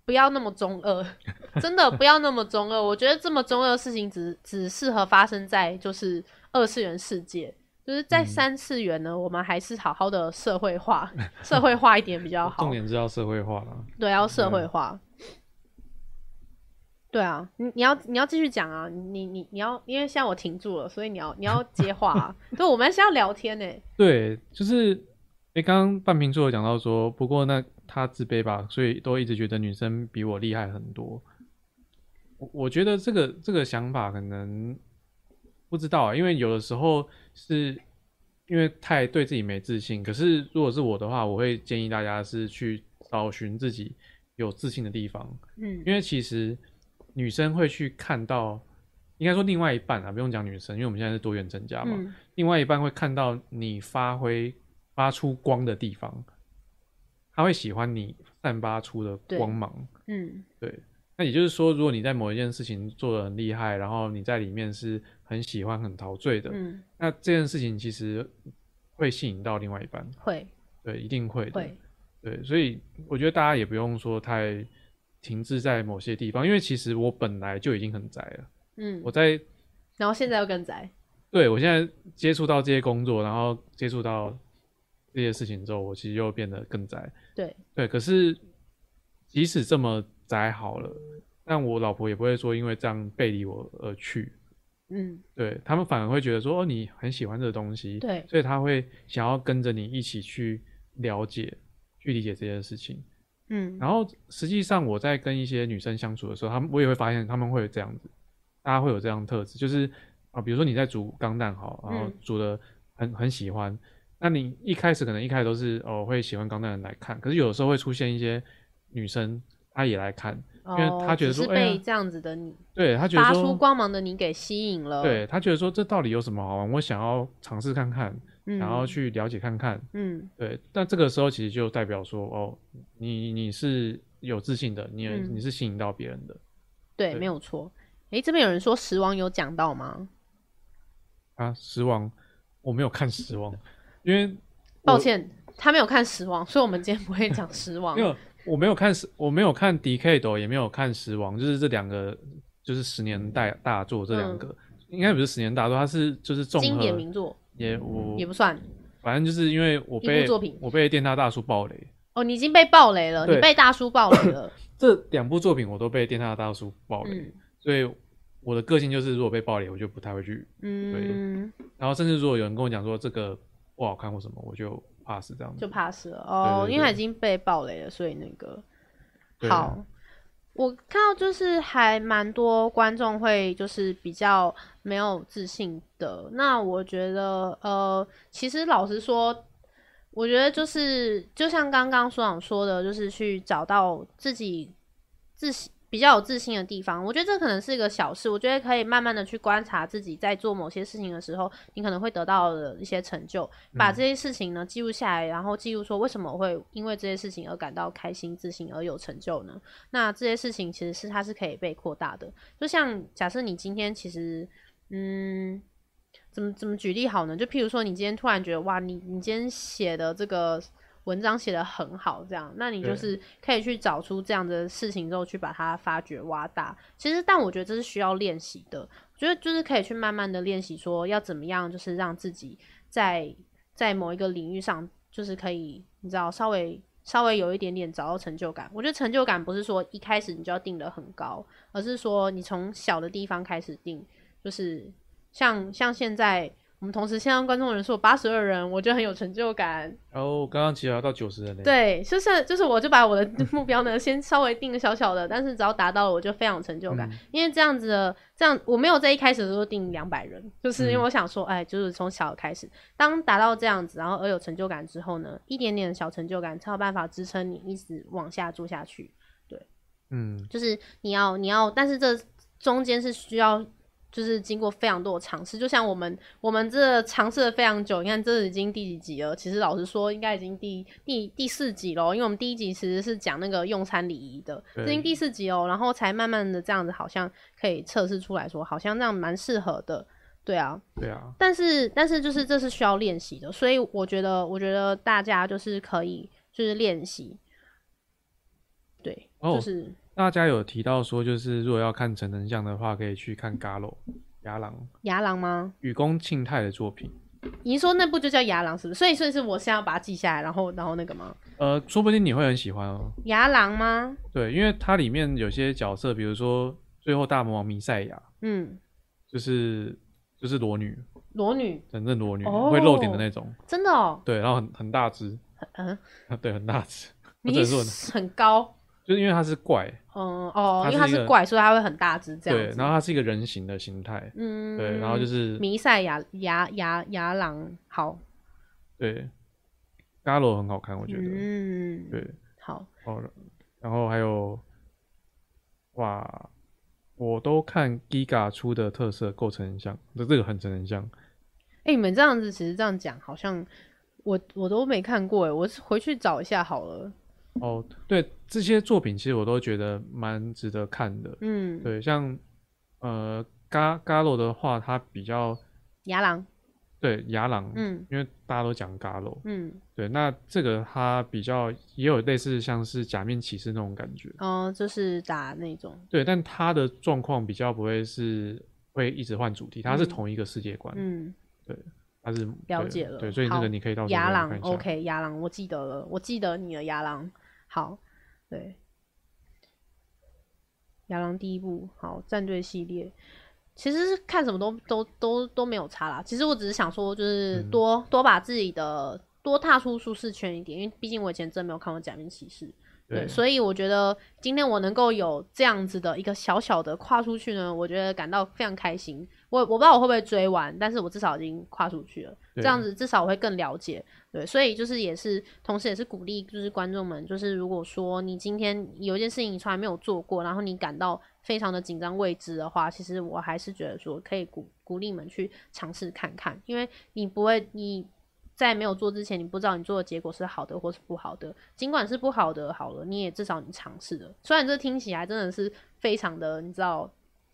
Speaker 2: 不要那么中二， 真的不要那么中二。我觉得这么中二的事情只只适合发生在就是二次元世界，就是在
Speaker 3: 嗯
Speaker 2: 三次元呢，我们还是好好的社会化， 社会化一点比较好
Speaker 3: 重。点是要社会化了。
Speaker 2: 对，要社会
Speaker 3: 嗯
Speaker 2: 化。对啊，你你要你要继续讲啊，你你你要，因为现在我停住了，所以你要你要接话 啊。对，我们现在要聊天呢、
Speaker 3: 对，就是诶，刚刚半瓶座有讲到说，不过那他自卑吧，所以都一直觉得女生比我厉害很多。我我觉得这个这个想法可能不知道啊，因为有的时候是因为太对自己没自信。可是如果是我的话，我会建议大家是去找寻自己有自信的地方，
Speaker 2: 嗯
Speaker 3: 因为其实女生会去看到，应该说另外一半啊，不用讲女生，因为我们现在是多元成家嘛。
Speaker 2: 嗯，
Speaker 3: 另外一半会看到你发挥发出光的地方，他会喜欢你散发出的光芒。
Speaker 2: 嗯
Speaker 3: 对，那也就是说，如果你在某一件事情做的很厉害，然后你在里面是很喜欢、很陶醉的，
Speaker 2: 嗯，
Speaker 3: 那这件事情其实会吸引到另外一半，
Speaker 2: 会
Speaker 3: 对，一定会的。
Speaker 2: 会，
Speaker 3: 对，所以我觉得大家也不用说太停滞在某些地方，因为其实我本来就已经很宅了，
Speaker 2: 嗯
Speaker 3: 我，在
Speaker 2: 然后现在又更宅，
Speaker 3: 对我现在接触到这些工作，然后接触到这些事情之后，我其实又变得更宅。
Speaker 2: 对，
Speaker 3: 对，可是即使这么宅好了，但我老婆也不会说因为这样背离我而去。
Speaker 2: 嗯，
Speaker 3: 对他们反而会觉得说，哦，你很喜欢这个东西，
Speaker 2: 对，
Speaker 3: 所以他会想要跟着你一起去了解、去理解这件事情。
Speaker 2: 嗯，
Speaker 3: 然后实际上我在跟一些女生相处的时候，她们我也会发现她们会有这样子，大家会有这样的特质，就是啊，比如说你在煮钢蛋好，然后
Speaker 2: 嗯
Speaker 3: 煮的很很喜欢，那你一开始可能一开始都是哦会喜欢钢蛋的人来看，可是有的时候会出现一些女生她也来看，
Speaker 2: 因
Speaker 3: 为他觉得说
Speaker 2: 哦是
Speaker 3: 哎呀
Speaker 2: 被这样子的你
Speaker 3: 对她觉
Speaker 2: 发
Speaker 3: 得
Speaker 2: 出
Speaker 3: 说，
Speaker 2: 光芒的你给吸引了，
Speaker 3: 对她觉得说这到底有什么好玩，我想要尝试看看，
Speaker 2: 嗯，
Speaker 3: 然后去了解看看，
Speaker 2: 嗯
Speaker 3: 对，但这个时候其实就代表说，哦，你你是有自信的，你也、
Speaker 2: 嗯
Speaker 3: 你是吸引到别人的，
Speaker 2: 对，
Speaker 3: 对
Speaker 2: 没有错。诶，这边有人说时王有讲到吗？
Speaker 3: 啊，狮王，我没有看狮王，因为
Speaker 2: 抱
Speaker 3: 我
Speaker 2: 歉，他没有看时王，所以我们今天不会讲时王
Speaker 3: 没。有，我没有看十，我没有看 DK 的，也没有看十王，就是这两个，就是十年代大作这两个，应该不是十年大作，它是就是综合
Speaker 2: 嗯经典名作
Speaker 3: 也我
Speaker 2: 也不算
Speaker 3: 反正就是因为我
Speaker 2: 一
Speaker 3: 被
Speaker 2: 部作品
Speaker 3: 我被电大大叔暴雷，
Speaker 2: 哦，你已经被暴雷了，
Speaker 3: 对
Speaker 2: 你被大叔暴雷了。
Speaker 3: 这两部作品我都被电大大叔暴雷，
Speaker 2: 嗯
Speaker 3: 所以我的个性就是如果被暴雷，我就不太会去，
Speaker 2: 嗯，
Speaker 3: 然后甚至如果有人跟我讲说这个不好看或什么，我就 pass 这样子，
Speaker 2: 就 pass 了哦，
Speaker 3: 对对对
Speaker 2: 因为他已经被暴雷了，所以那个
Speaker 3: 对
Speaker 2: 好。我看到就是还蛮多观众会就是比较没有自信的，那我觉得呃，其实老实说，我觉得就是就像刚刚所长说的，就是去找到自己自信比较有自信的地方。我觉得这可能是一个小事，我觉得可以慢慢的去观察自己在做某些事情的时候，你可能会得到的一些成就，把这些事情呢记录下来，然后记录说为什么我会因为这些事情而感到开心、自信而有成就呢？那这些事情其实是它是可以被扩大的。就像假设你今天其实，嗯，怎么怎么举例好呢？就譬如说，你今天突然觉得哇，你你今天写的这个文章写的很好，这样，那你就
Speaker 3: 对
Speaker 2: 是可以去找出这样的事情之后去把它发掘挖大。其实，但我觉得这是需要练习的。我觉得就是可以去慢慢的练习，说要怎么样，就是让自己在在某一个领域上，就是可以，你知道，稍微稍微有一点点找到成就感。我觉得成就感不是说一开始你就要定的很高，而是说你从小的地方开始定，就是像像现在我们同时现在观众人数八十二人，我觉得很有成就感。
Speaker 3: 然后刚刚其实要到九十人嘞，
Speaker 2: 对，就是就是，我就把我的目标呢，先稍微定个小小的，但是只要达到了，我就非常有成就感。
Speaker 3: 嗯
Speaker 2: 因为这样子的，这样我没有在一开始的时候定两百人，就是因为
Speaker 3: 嗯
Speaker 2: 我想说，哎，就是从小开始，当达到这样子，然后而有成就感之后呢，一点点的小成就感才有办法支撑你一直往下做下去。
Speaker 3: 嗯，
Speaker 2: 就是你要你要，但是这中间是需要就是经过非常多的尝试，就像我们我们这尝试了非常久，你看这已经第几集了？其实老实说，应该已经第第第四集喽，因为我们第一集其实是讲那个用餐礼仪的，
Speaker 3: 对
Speaker 2: 这已经第四集哦，然后才慢慢的这样子，好像可以测试出来说，好像这样蛮适合的，对啊，
Speaker 3: 对啊，
Speaker 2: 但是但是就是这是需要练习的，所以我觉得我觉得大家就是可以就是练习，对，
Speaker 3: 哦
Speaker 2: 就是
Speaker 3: 大家有提到说，就是如果要看成人像的话，可以去看 Galo 牙郎
Speaker 2: 牙狼吗？
Speaker 3: 雨宫庆太的作品。
Speaker 2: 你说那部就叫牙狼是不是？所以所以是我现在要把它记下来，然后然后那个吗？
Speaker 3: 呃，说不定你会很喜欢哦。
Speaker 2: 牙狼吗？
Speaker 3: 对，因为它里面有些角色，比如说最后大魔王弥赛亚，
Speaker 2: 嗯，
Speaker 3: 就是就是裸女，
Speaker 2: 裸女
Speaker 3: 真正裸女、
Speaker 2: 哦
Speaker 3: 会露点的那种。
Speaker 2: 真的哦，
Speaker 3: 对，然后很很大只，
Speaker 2: 嗯，
Speaker 3: 对，很大只。我只
Speaker 2: 你
Speaker 3: 能说很，
Speaker 2: 很高，
Speaker 3: 就是因为它是怪，
Speaker 2: 嗯哦，
Speaker 3: 它是
Speaker 2: 因为它
Speaker 3: 一
Speaker 2: 是
Speaker 3: 个
Speaker 2: 怪，所以它会很大只这
Speaker 3: 对
Speaker 2: 样，子。
Speaker 3: 然后它是一个人形的形态，
Speaker 2: 嗯，
Speaker 3: 对，然后就是
Speaker 2: 弥赛亚牙牙牙狼，好，
Speaker 3: 对，Galo 很好看，我觉得，
Speaker 2: 嗯，
Speaker 3: 对。
Speaker 2: 好，
Speaker 3: 哦，然后还有，哇，我都看 Giga 出的特色构成很像，这这个很成很像。
Speaker 2: 哎、你们这样子其实这样讲，好像我我都没看过哎，我是回去找一下好了。
Speaker 3: 哦，对，这些作品其实我都觉得蛮值得看的。
Speaker 2: 嗯，
Speaker 3: 对，像呃 Ga Galo 的话，它比较
Speaker 2: 牙狼，
Speaker 3: 对雅朗，
Speaker 2: 嗯
Speaker 3: 因为大家都讲 Galo，
Speaker 2: 嗯，
Speaker 3: 对，那这个它比较也有类似像是假面骑士那种感觉，
Speaker 2: 哦、就是打那种，
Speaker 3: 对，但它的状况比较不会是会一直换主题，它是
Speaker 2: 嗯
Speaker 3: 同一个世界观。
Speaker 2: 嗯。
Speaker 3: 他是
Speaker 2: 了
Speaker 3: 对
Speaker 2: 解了
Speaker 3: 对，所以那
Speaker 2: 好
Speaker 3: 个你可以到时候
Speaker 2: 牙
Speaker 3: 再
Speaker 2: 狼
Speaker 3: 看一下。
Speaker 2: ，OK，牙狼，我记得了，我记得你的牙狼。好，对，牙狼第一部，好，战队系列，其实是看什么都都都都没有差啦。其实我只是想说，就是
Speaker 3: 嗯
Speaker 2: 多、多把自己的多踏出舒适圈一点，因为毕竟我以前真没有看过《假面骑士》。对，
Speaker 3: 对
Speaker 2: 所以我觉得今天我能够有这样子的一个小小的跨出去呢，我觉得感到非常开心。我我不知道我会不会追完，但是我至少已经跨出去了，这
Speaker 3: 对
Speaker 2: 样子至少我会更了解。对，所以就是也是，同时也是鼓励，就是观众们，就是如果说你今天有一件事情你从来没有做过，然后你感到非常的紧张未知的话，其实我还是觉得说可以鼓鼓励你们去尝试看看，因为你不会，你在没有做之前，你不知道你做的结果是好的或是不好的。尽管是不好的，好了，你也至少你尝试了。虽然这听起来真的是非常的，你知道，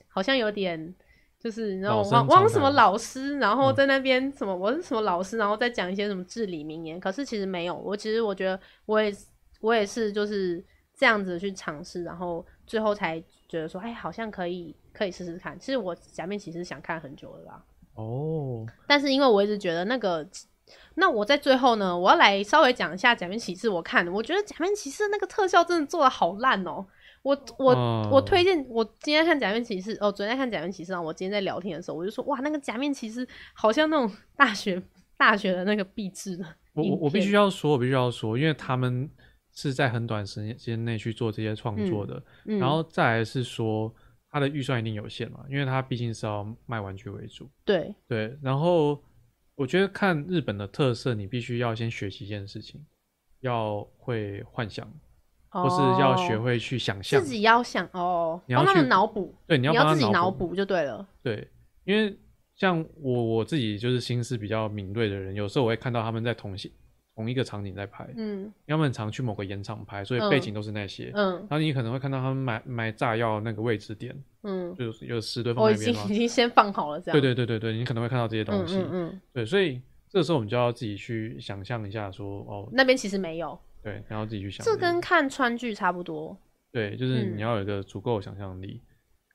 Speaker 2: 好像有点就是你知道
Speaker 3: 老
Speaker 2: 我
Speaker 3: 生
Speaker 2: 忘
Speaker 3: 常
Speaker 2: 忘什么
Speaker 3: 谈
Speaker 2: 老师，然后
Speaker 3: 嗯
Speaker 2: 在那边什么、我是什么老师，然后再讲一些什么至理名言。可是其实没有，我其实我觉得我也我也是就是这样子去尝试，然后最后才觉得说，哎，好像可以可以试试看。其实我假面骑士想看很久了啦。
Speaker 3: 哦，
Speaker 2: 但是因为我一直觉得那个，那我在最后呢，我要来稍微讲一下《假面骑士》。我看，我觉得《假面骑士》那个特效真的做的好烂哦、我我、
Speaker 3: 哦
Speaker 2: 我推荐，我今天看《假面骑士》，哦，昨天在看《假面骑士》，然后我今天在聊天的时候，我就说，哇，那个《假面骑士》好像那种大学大学的那个壁纸的
Speaker 3: 我
Speaker 2: 影
Speaker 3: 我我必
Speaker 2: 片
Speaker 3: 须要说，我必须要说，因为他们是在很短时间内去做这些创作的，
Speaker 2: 嗯、
Speaker 3: 然后再来是说它的预算一定有限嘛，因为它毕竟是要卖玩具为主。
Speaker 2: 对，
Speaker 3: 对，然后我觉得看日本的特色，你必须要先学习一件事情，要会幻想，或是要学
Speaker 2: 哦
Speaker 3: 会去想象
Speaker 2: 自。己要想哦，
Speaker 3: 你要
Speaker 2: 帮他们
Speaker 3: 去
Speaker 2: 脑补，
Speaker 3: 对，你
Speaker 2: 你
Speaker 3: 要帮
Speaker 2: 自己
Speaker 3: 他
Speaker 2: 脑
Speaker 3: 脑。
Speaker 2: 补就对了，
Speaker 3: 对，因为像我我自己就是心思比较敏锐的人，有时候我会看到他们在同戏同一个场景在拍，
Speaker 2: 嗯
Speaker 3: 要么很常去某个演场拍，所
Speaker 2: 嗯
Speaker 3: 以背景都是那些。
Speaker 2: 嗯
Speaker 3: 然后你可能会看到他们买买炸药那个位置点，
Speaker 2: 嗯，
Speaker 3: 就是有十堆放
Speaker 2: 我
Speaker 3: 在
Speaker 2: 已
Speaker 3: 那
Speaker 2: 经
Speaker 3: 边嘛
Speaker 2: 已。经先放好了这样，
Speaker 3: 对对对对对，你可能会看到这些
Speaker 2: 嗯
Speaker 3: 东西。
Speaker 2: 嗯嗯，
Speaker 3: 对，所以这时候我们就要自己去想象一下说，哦，
Speaker 2: 那边其实没有。
Speaker 3: 对，然后自己去想
Speaker 2: 嗯这
Speaker 3: 个
Speaker 2: 跟看川剧差不多。
Speaker 3: 对，就是
Speaker 2: 嗯
Speaker 3: 你要有一个足够的想象力。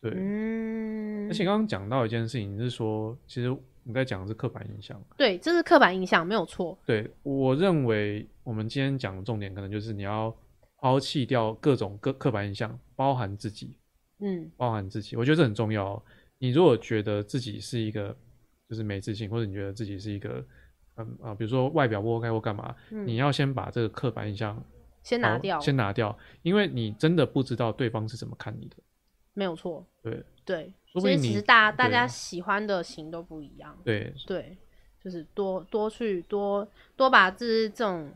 Speaker 3: 对，
Speaker 2: 嗯
Speaker 3: 而且刚刚讲到一件事情，是说其实你在讲的是刻板印象。
Speaker 2: 对，这是刻板印象，没有错。
Speaker 3: 对我认为，我们今天讲的重点可能就是你要抛弃掉各种各刻板印象，包含自己，
Speaker 2: 嗯
Speaker 3: 包含自己，我觉得这很重要哦。你如果觉得自己是一个就是没自信，或者你觉得自己是一个嗯啊，比如说外表不 OK 或干嘛，
Speaker 2: 嗯，
Speaker 3: 你要先把这个刻板印象
Speaker 2: 先拿掉，
Speaker 3: 先拿掉，因为你真的不知道对方是怎么看你的。
Speaker 2: 没有错。
Speaker 3: 对
Speaker 2: 对，
Speaker 3: 说
Speaker 2: 所
Speaker 3: 不
Speaker 2: 以
Speaker 3: 定
Speaker 2: 其
Speaker 3: 你
Speaker 2: 实大大
Speaker 3: 对
Speaker 2: 家喜欢的型都不一样。
Speaker 3: 对，
Speaker 2: 对，就是多多去多多把这这种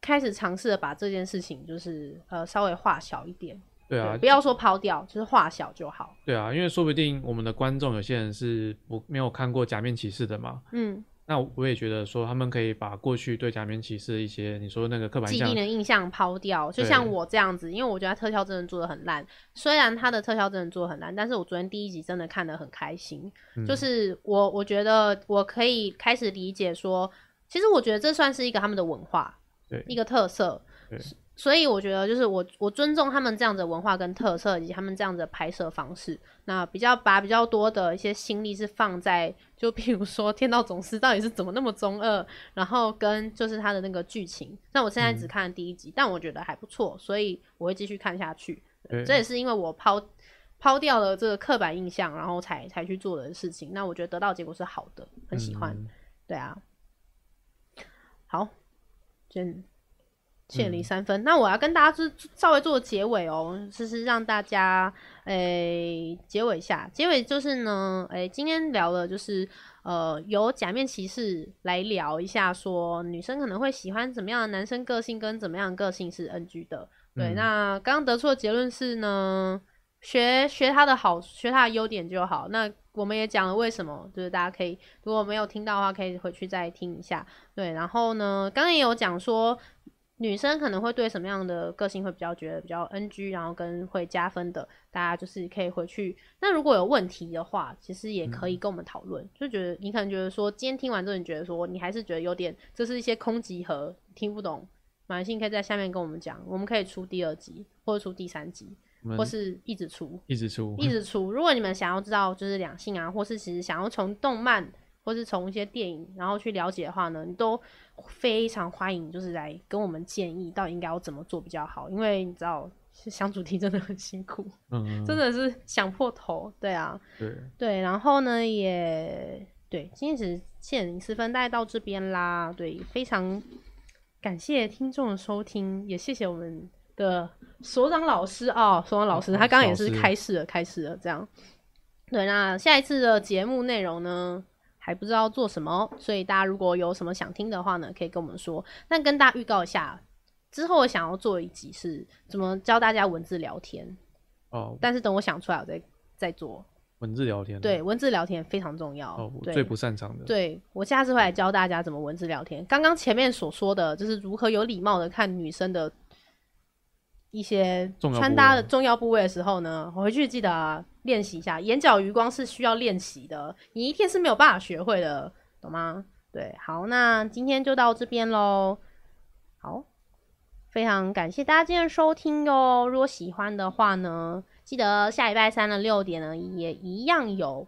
Speaker 2: 开始尝试的把这件事情，就是呃稍微化小一点，
Speaker 3: 对啊，
Speaker 2: 不要说抛掉，就是化小就好。
Speaker 3: 对啊，因为说不定我们的观众有些人是不没有看过《假面骑士》的嘛，
Speaker 2: 嗯，
Speaker 3: 那我也觉得说他们可以把过去对假面骑士一些你说那个刻板印
Speaker 2: 既定
Speaker 3: 象，
Speaker 2: 的印象抛掉，就
Speaker 3: 对
Speaker 2: 像我这样子，因为我觉得它特效真的做的很烂。虽然它的特效真的做的很烂，但是我昨天第一集真的看得很开心。
Speaker 3: 嗯
Speaker 2: 就是我我觉得我可以开始理解说，其实我觉得这算是一个他们的文化，
Speaker 3: 对
Speaker 2: 一个特色
Speaker 3: 对。
Speaker 2: 所以我觉得就是我我尊重他们这样子的文化跟特色，以及他们这样子的拍摄方式。那比较把比较多的一些心力是放在，就譬如说《天道总司》到底是怎么那么中二，然后跟就是它的那个剧情。那我现在只
Speaker 3: 嗯
Speaker 2: 看了第一集，但我觉得还不错，所以我会继续看下去。
Speaker 3: 对
Speaker 2: 这也是因为我抛抛掉了这个刻板印象，然后才才去做的事情。那我觉得得到结果是好的，很喜欢。
Speaker 3: 嗯
Speaker 2: 对啊，好，
Speaker 3: 嗯
Speaker 2: 先欠离三分。那我要跟大家就是稍微做结尾哦，就是让大家诶、结尾一下。结尾就是呢，诶、今天聊了就是呃，由假面骑士来聊一下说女生可能会喜欢怎么样的男生个性跟怎么样的个性是 NG 的。对，
Speaker 3: 嗯
Speaker 2: 那刚刚得出的结论是呢，学学他的好，学他的优点就好。那我们也讲了为什么，就是大家可以如果没有听到的话，可以回去再听一下。对，然后呢，刚刚也有讲说，女生可能会对什么样的个性会比较觉得比较 NG，然后跟会加分的，大家就是可以回去。那如果有问题的话，其实也可以跟我们讨论。就觉得你可能觉得说，今天听完之后，你觉得说你还是觉得有点，这是一些空集合，听不懂。马来西亚可以在下面跟我们讲，我们可以出第二集，或者出第三集，
Speaker 3: 我们
Speaker 2: 或是一直出。
Speaker 3: 一直出，
Speaker 2: 一直出。如果你们想要知道就是两性啊，或是其实想要从动漫或是从一些电影然后去了解的话呢，你都非常欢迎，就是来跟我们建议到底应该要怎么做比较好，因为你知道。想主题真的很辛苦，
Speaker 3: 嗯，
Speaker 2: 真的是想破头。对啊，
Speaker 3: 对，
Speaker 2: 对，然后呢，也对，今天只是限零四分，大概到这边啦。对，非常感谢听众的收听，也谢谢我们的所长老师哦，所长老师，
Speaker 3: 哦
Speaker 2: 他刚刚也是
Speaker 3: 老师
Speaker 2: 开示了，开示了这样。对，那下一次的节目内容呢，还不知道做什么，所以大家如果有什么想听的话呢，可以跟我们说。那跟大家预告一下，之后我想要做一集是怎么教大家文字聊天，
Speaker 3: 哦，
Speaker 2: 但是等我想出来，我再再做。
Speaker 3: 文字聊天，
Speaker 2: 对，，文字聊天非常重要。
Speaker 3: 哦，我
Speaker 2: 对
Speaker 3: 最不擅长的，，
Speaker 2: 对我下次会来教大家怎么文字聊天。刚刚前面所说的就是如何有礼貌的看女生的一些
Speaker 3: 重要
Speaker 2: 穿搭
Speaker 3: 部
Speaker 2: 的
Speaker 3: 位
Speaker 2: 重要部位的时候呢，我回去记得、啊、练习一下。眼角余光是需要练习的，你一天是没有办法学会的，懂吗？对，好，那今天就到这边喽。好，非常感谢大家今天的收听哟。如果喜欢的话呢，记得下礼拜三的六点呢，也一样有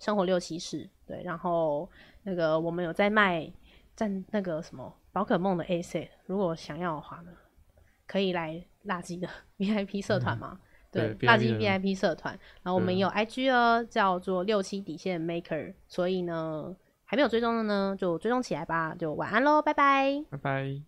Speaker 2: 生活六骑士。对，然后那个我们有在卖战那个什么宝可梦的 A C，如果想要的话呢，可以来辣鸡的 VIP 社团嘛。对
Speaker 3: 对，
Speaker 2: 辣鸡
Speaker 3: VIP 的
Speaker 2: VIP 社团，然后我们
Speaker 3: 对
Speaker 2: 有 IG 哦，叫做六七底线 Maker，所以呢，还没有追踪的呢，就追踪起来吧。就晚安喽，拜拜。
Speaker 3: 拜拜。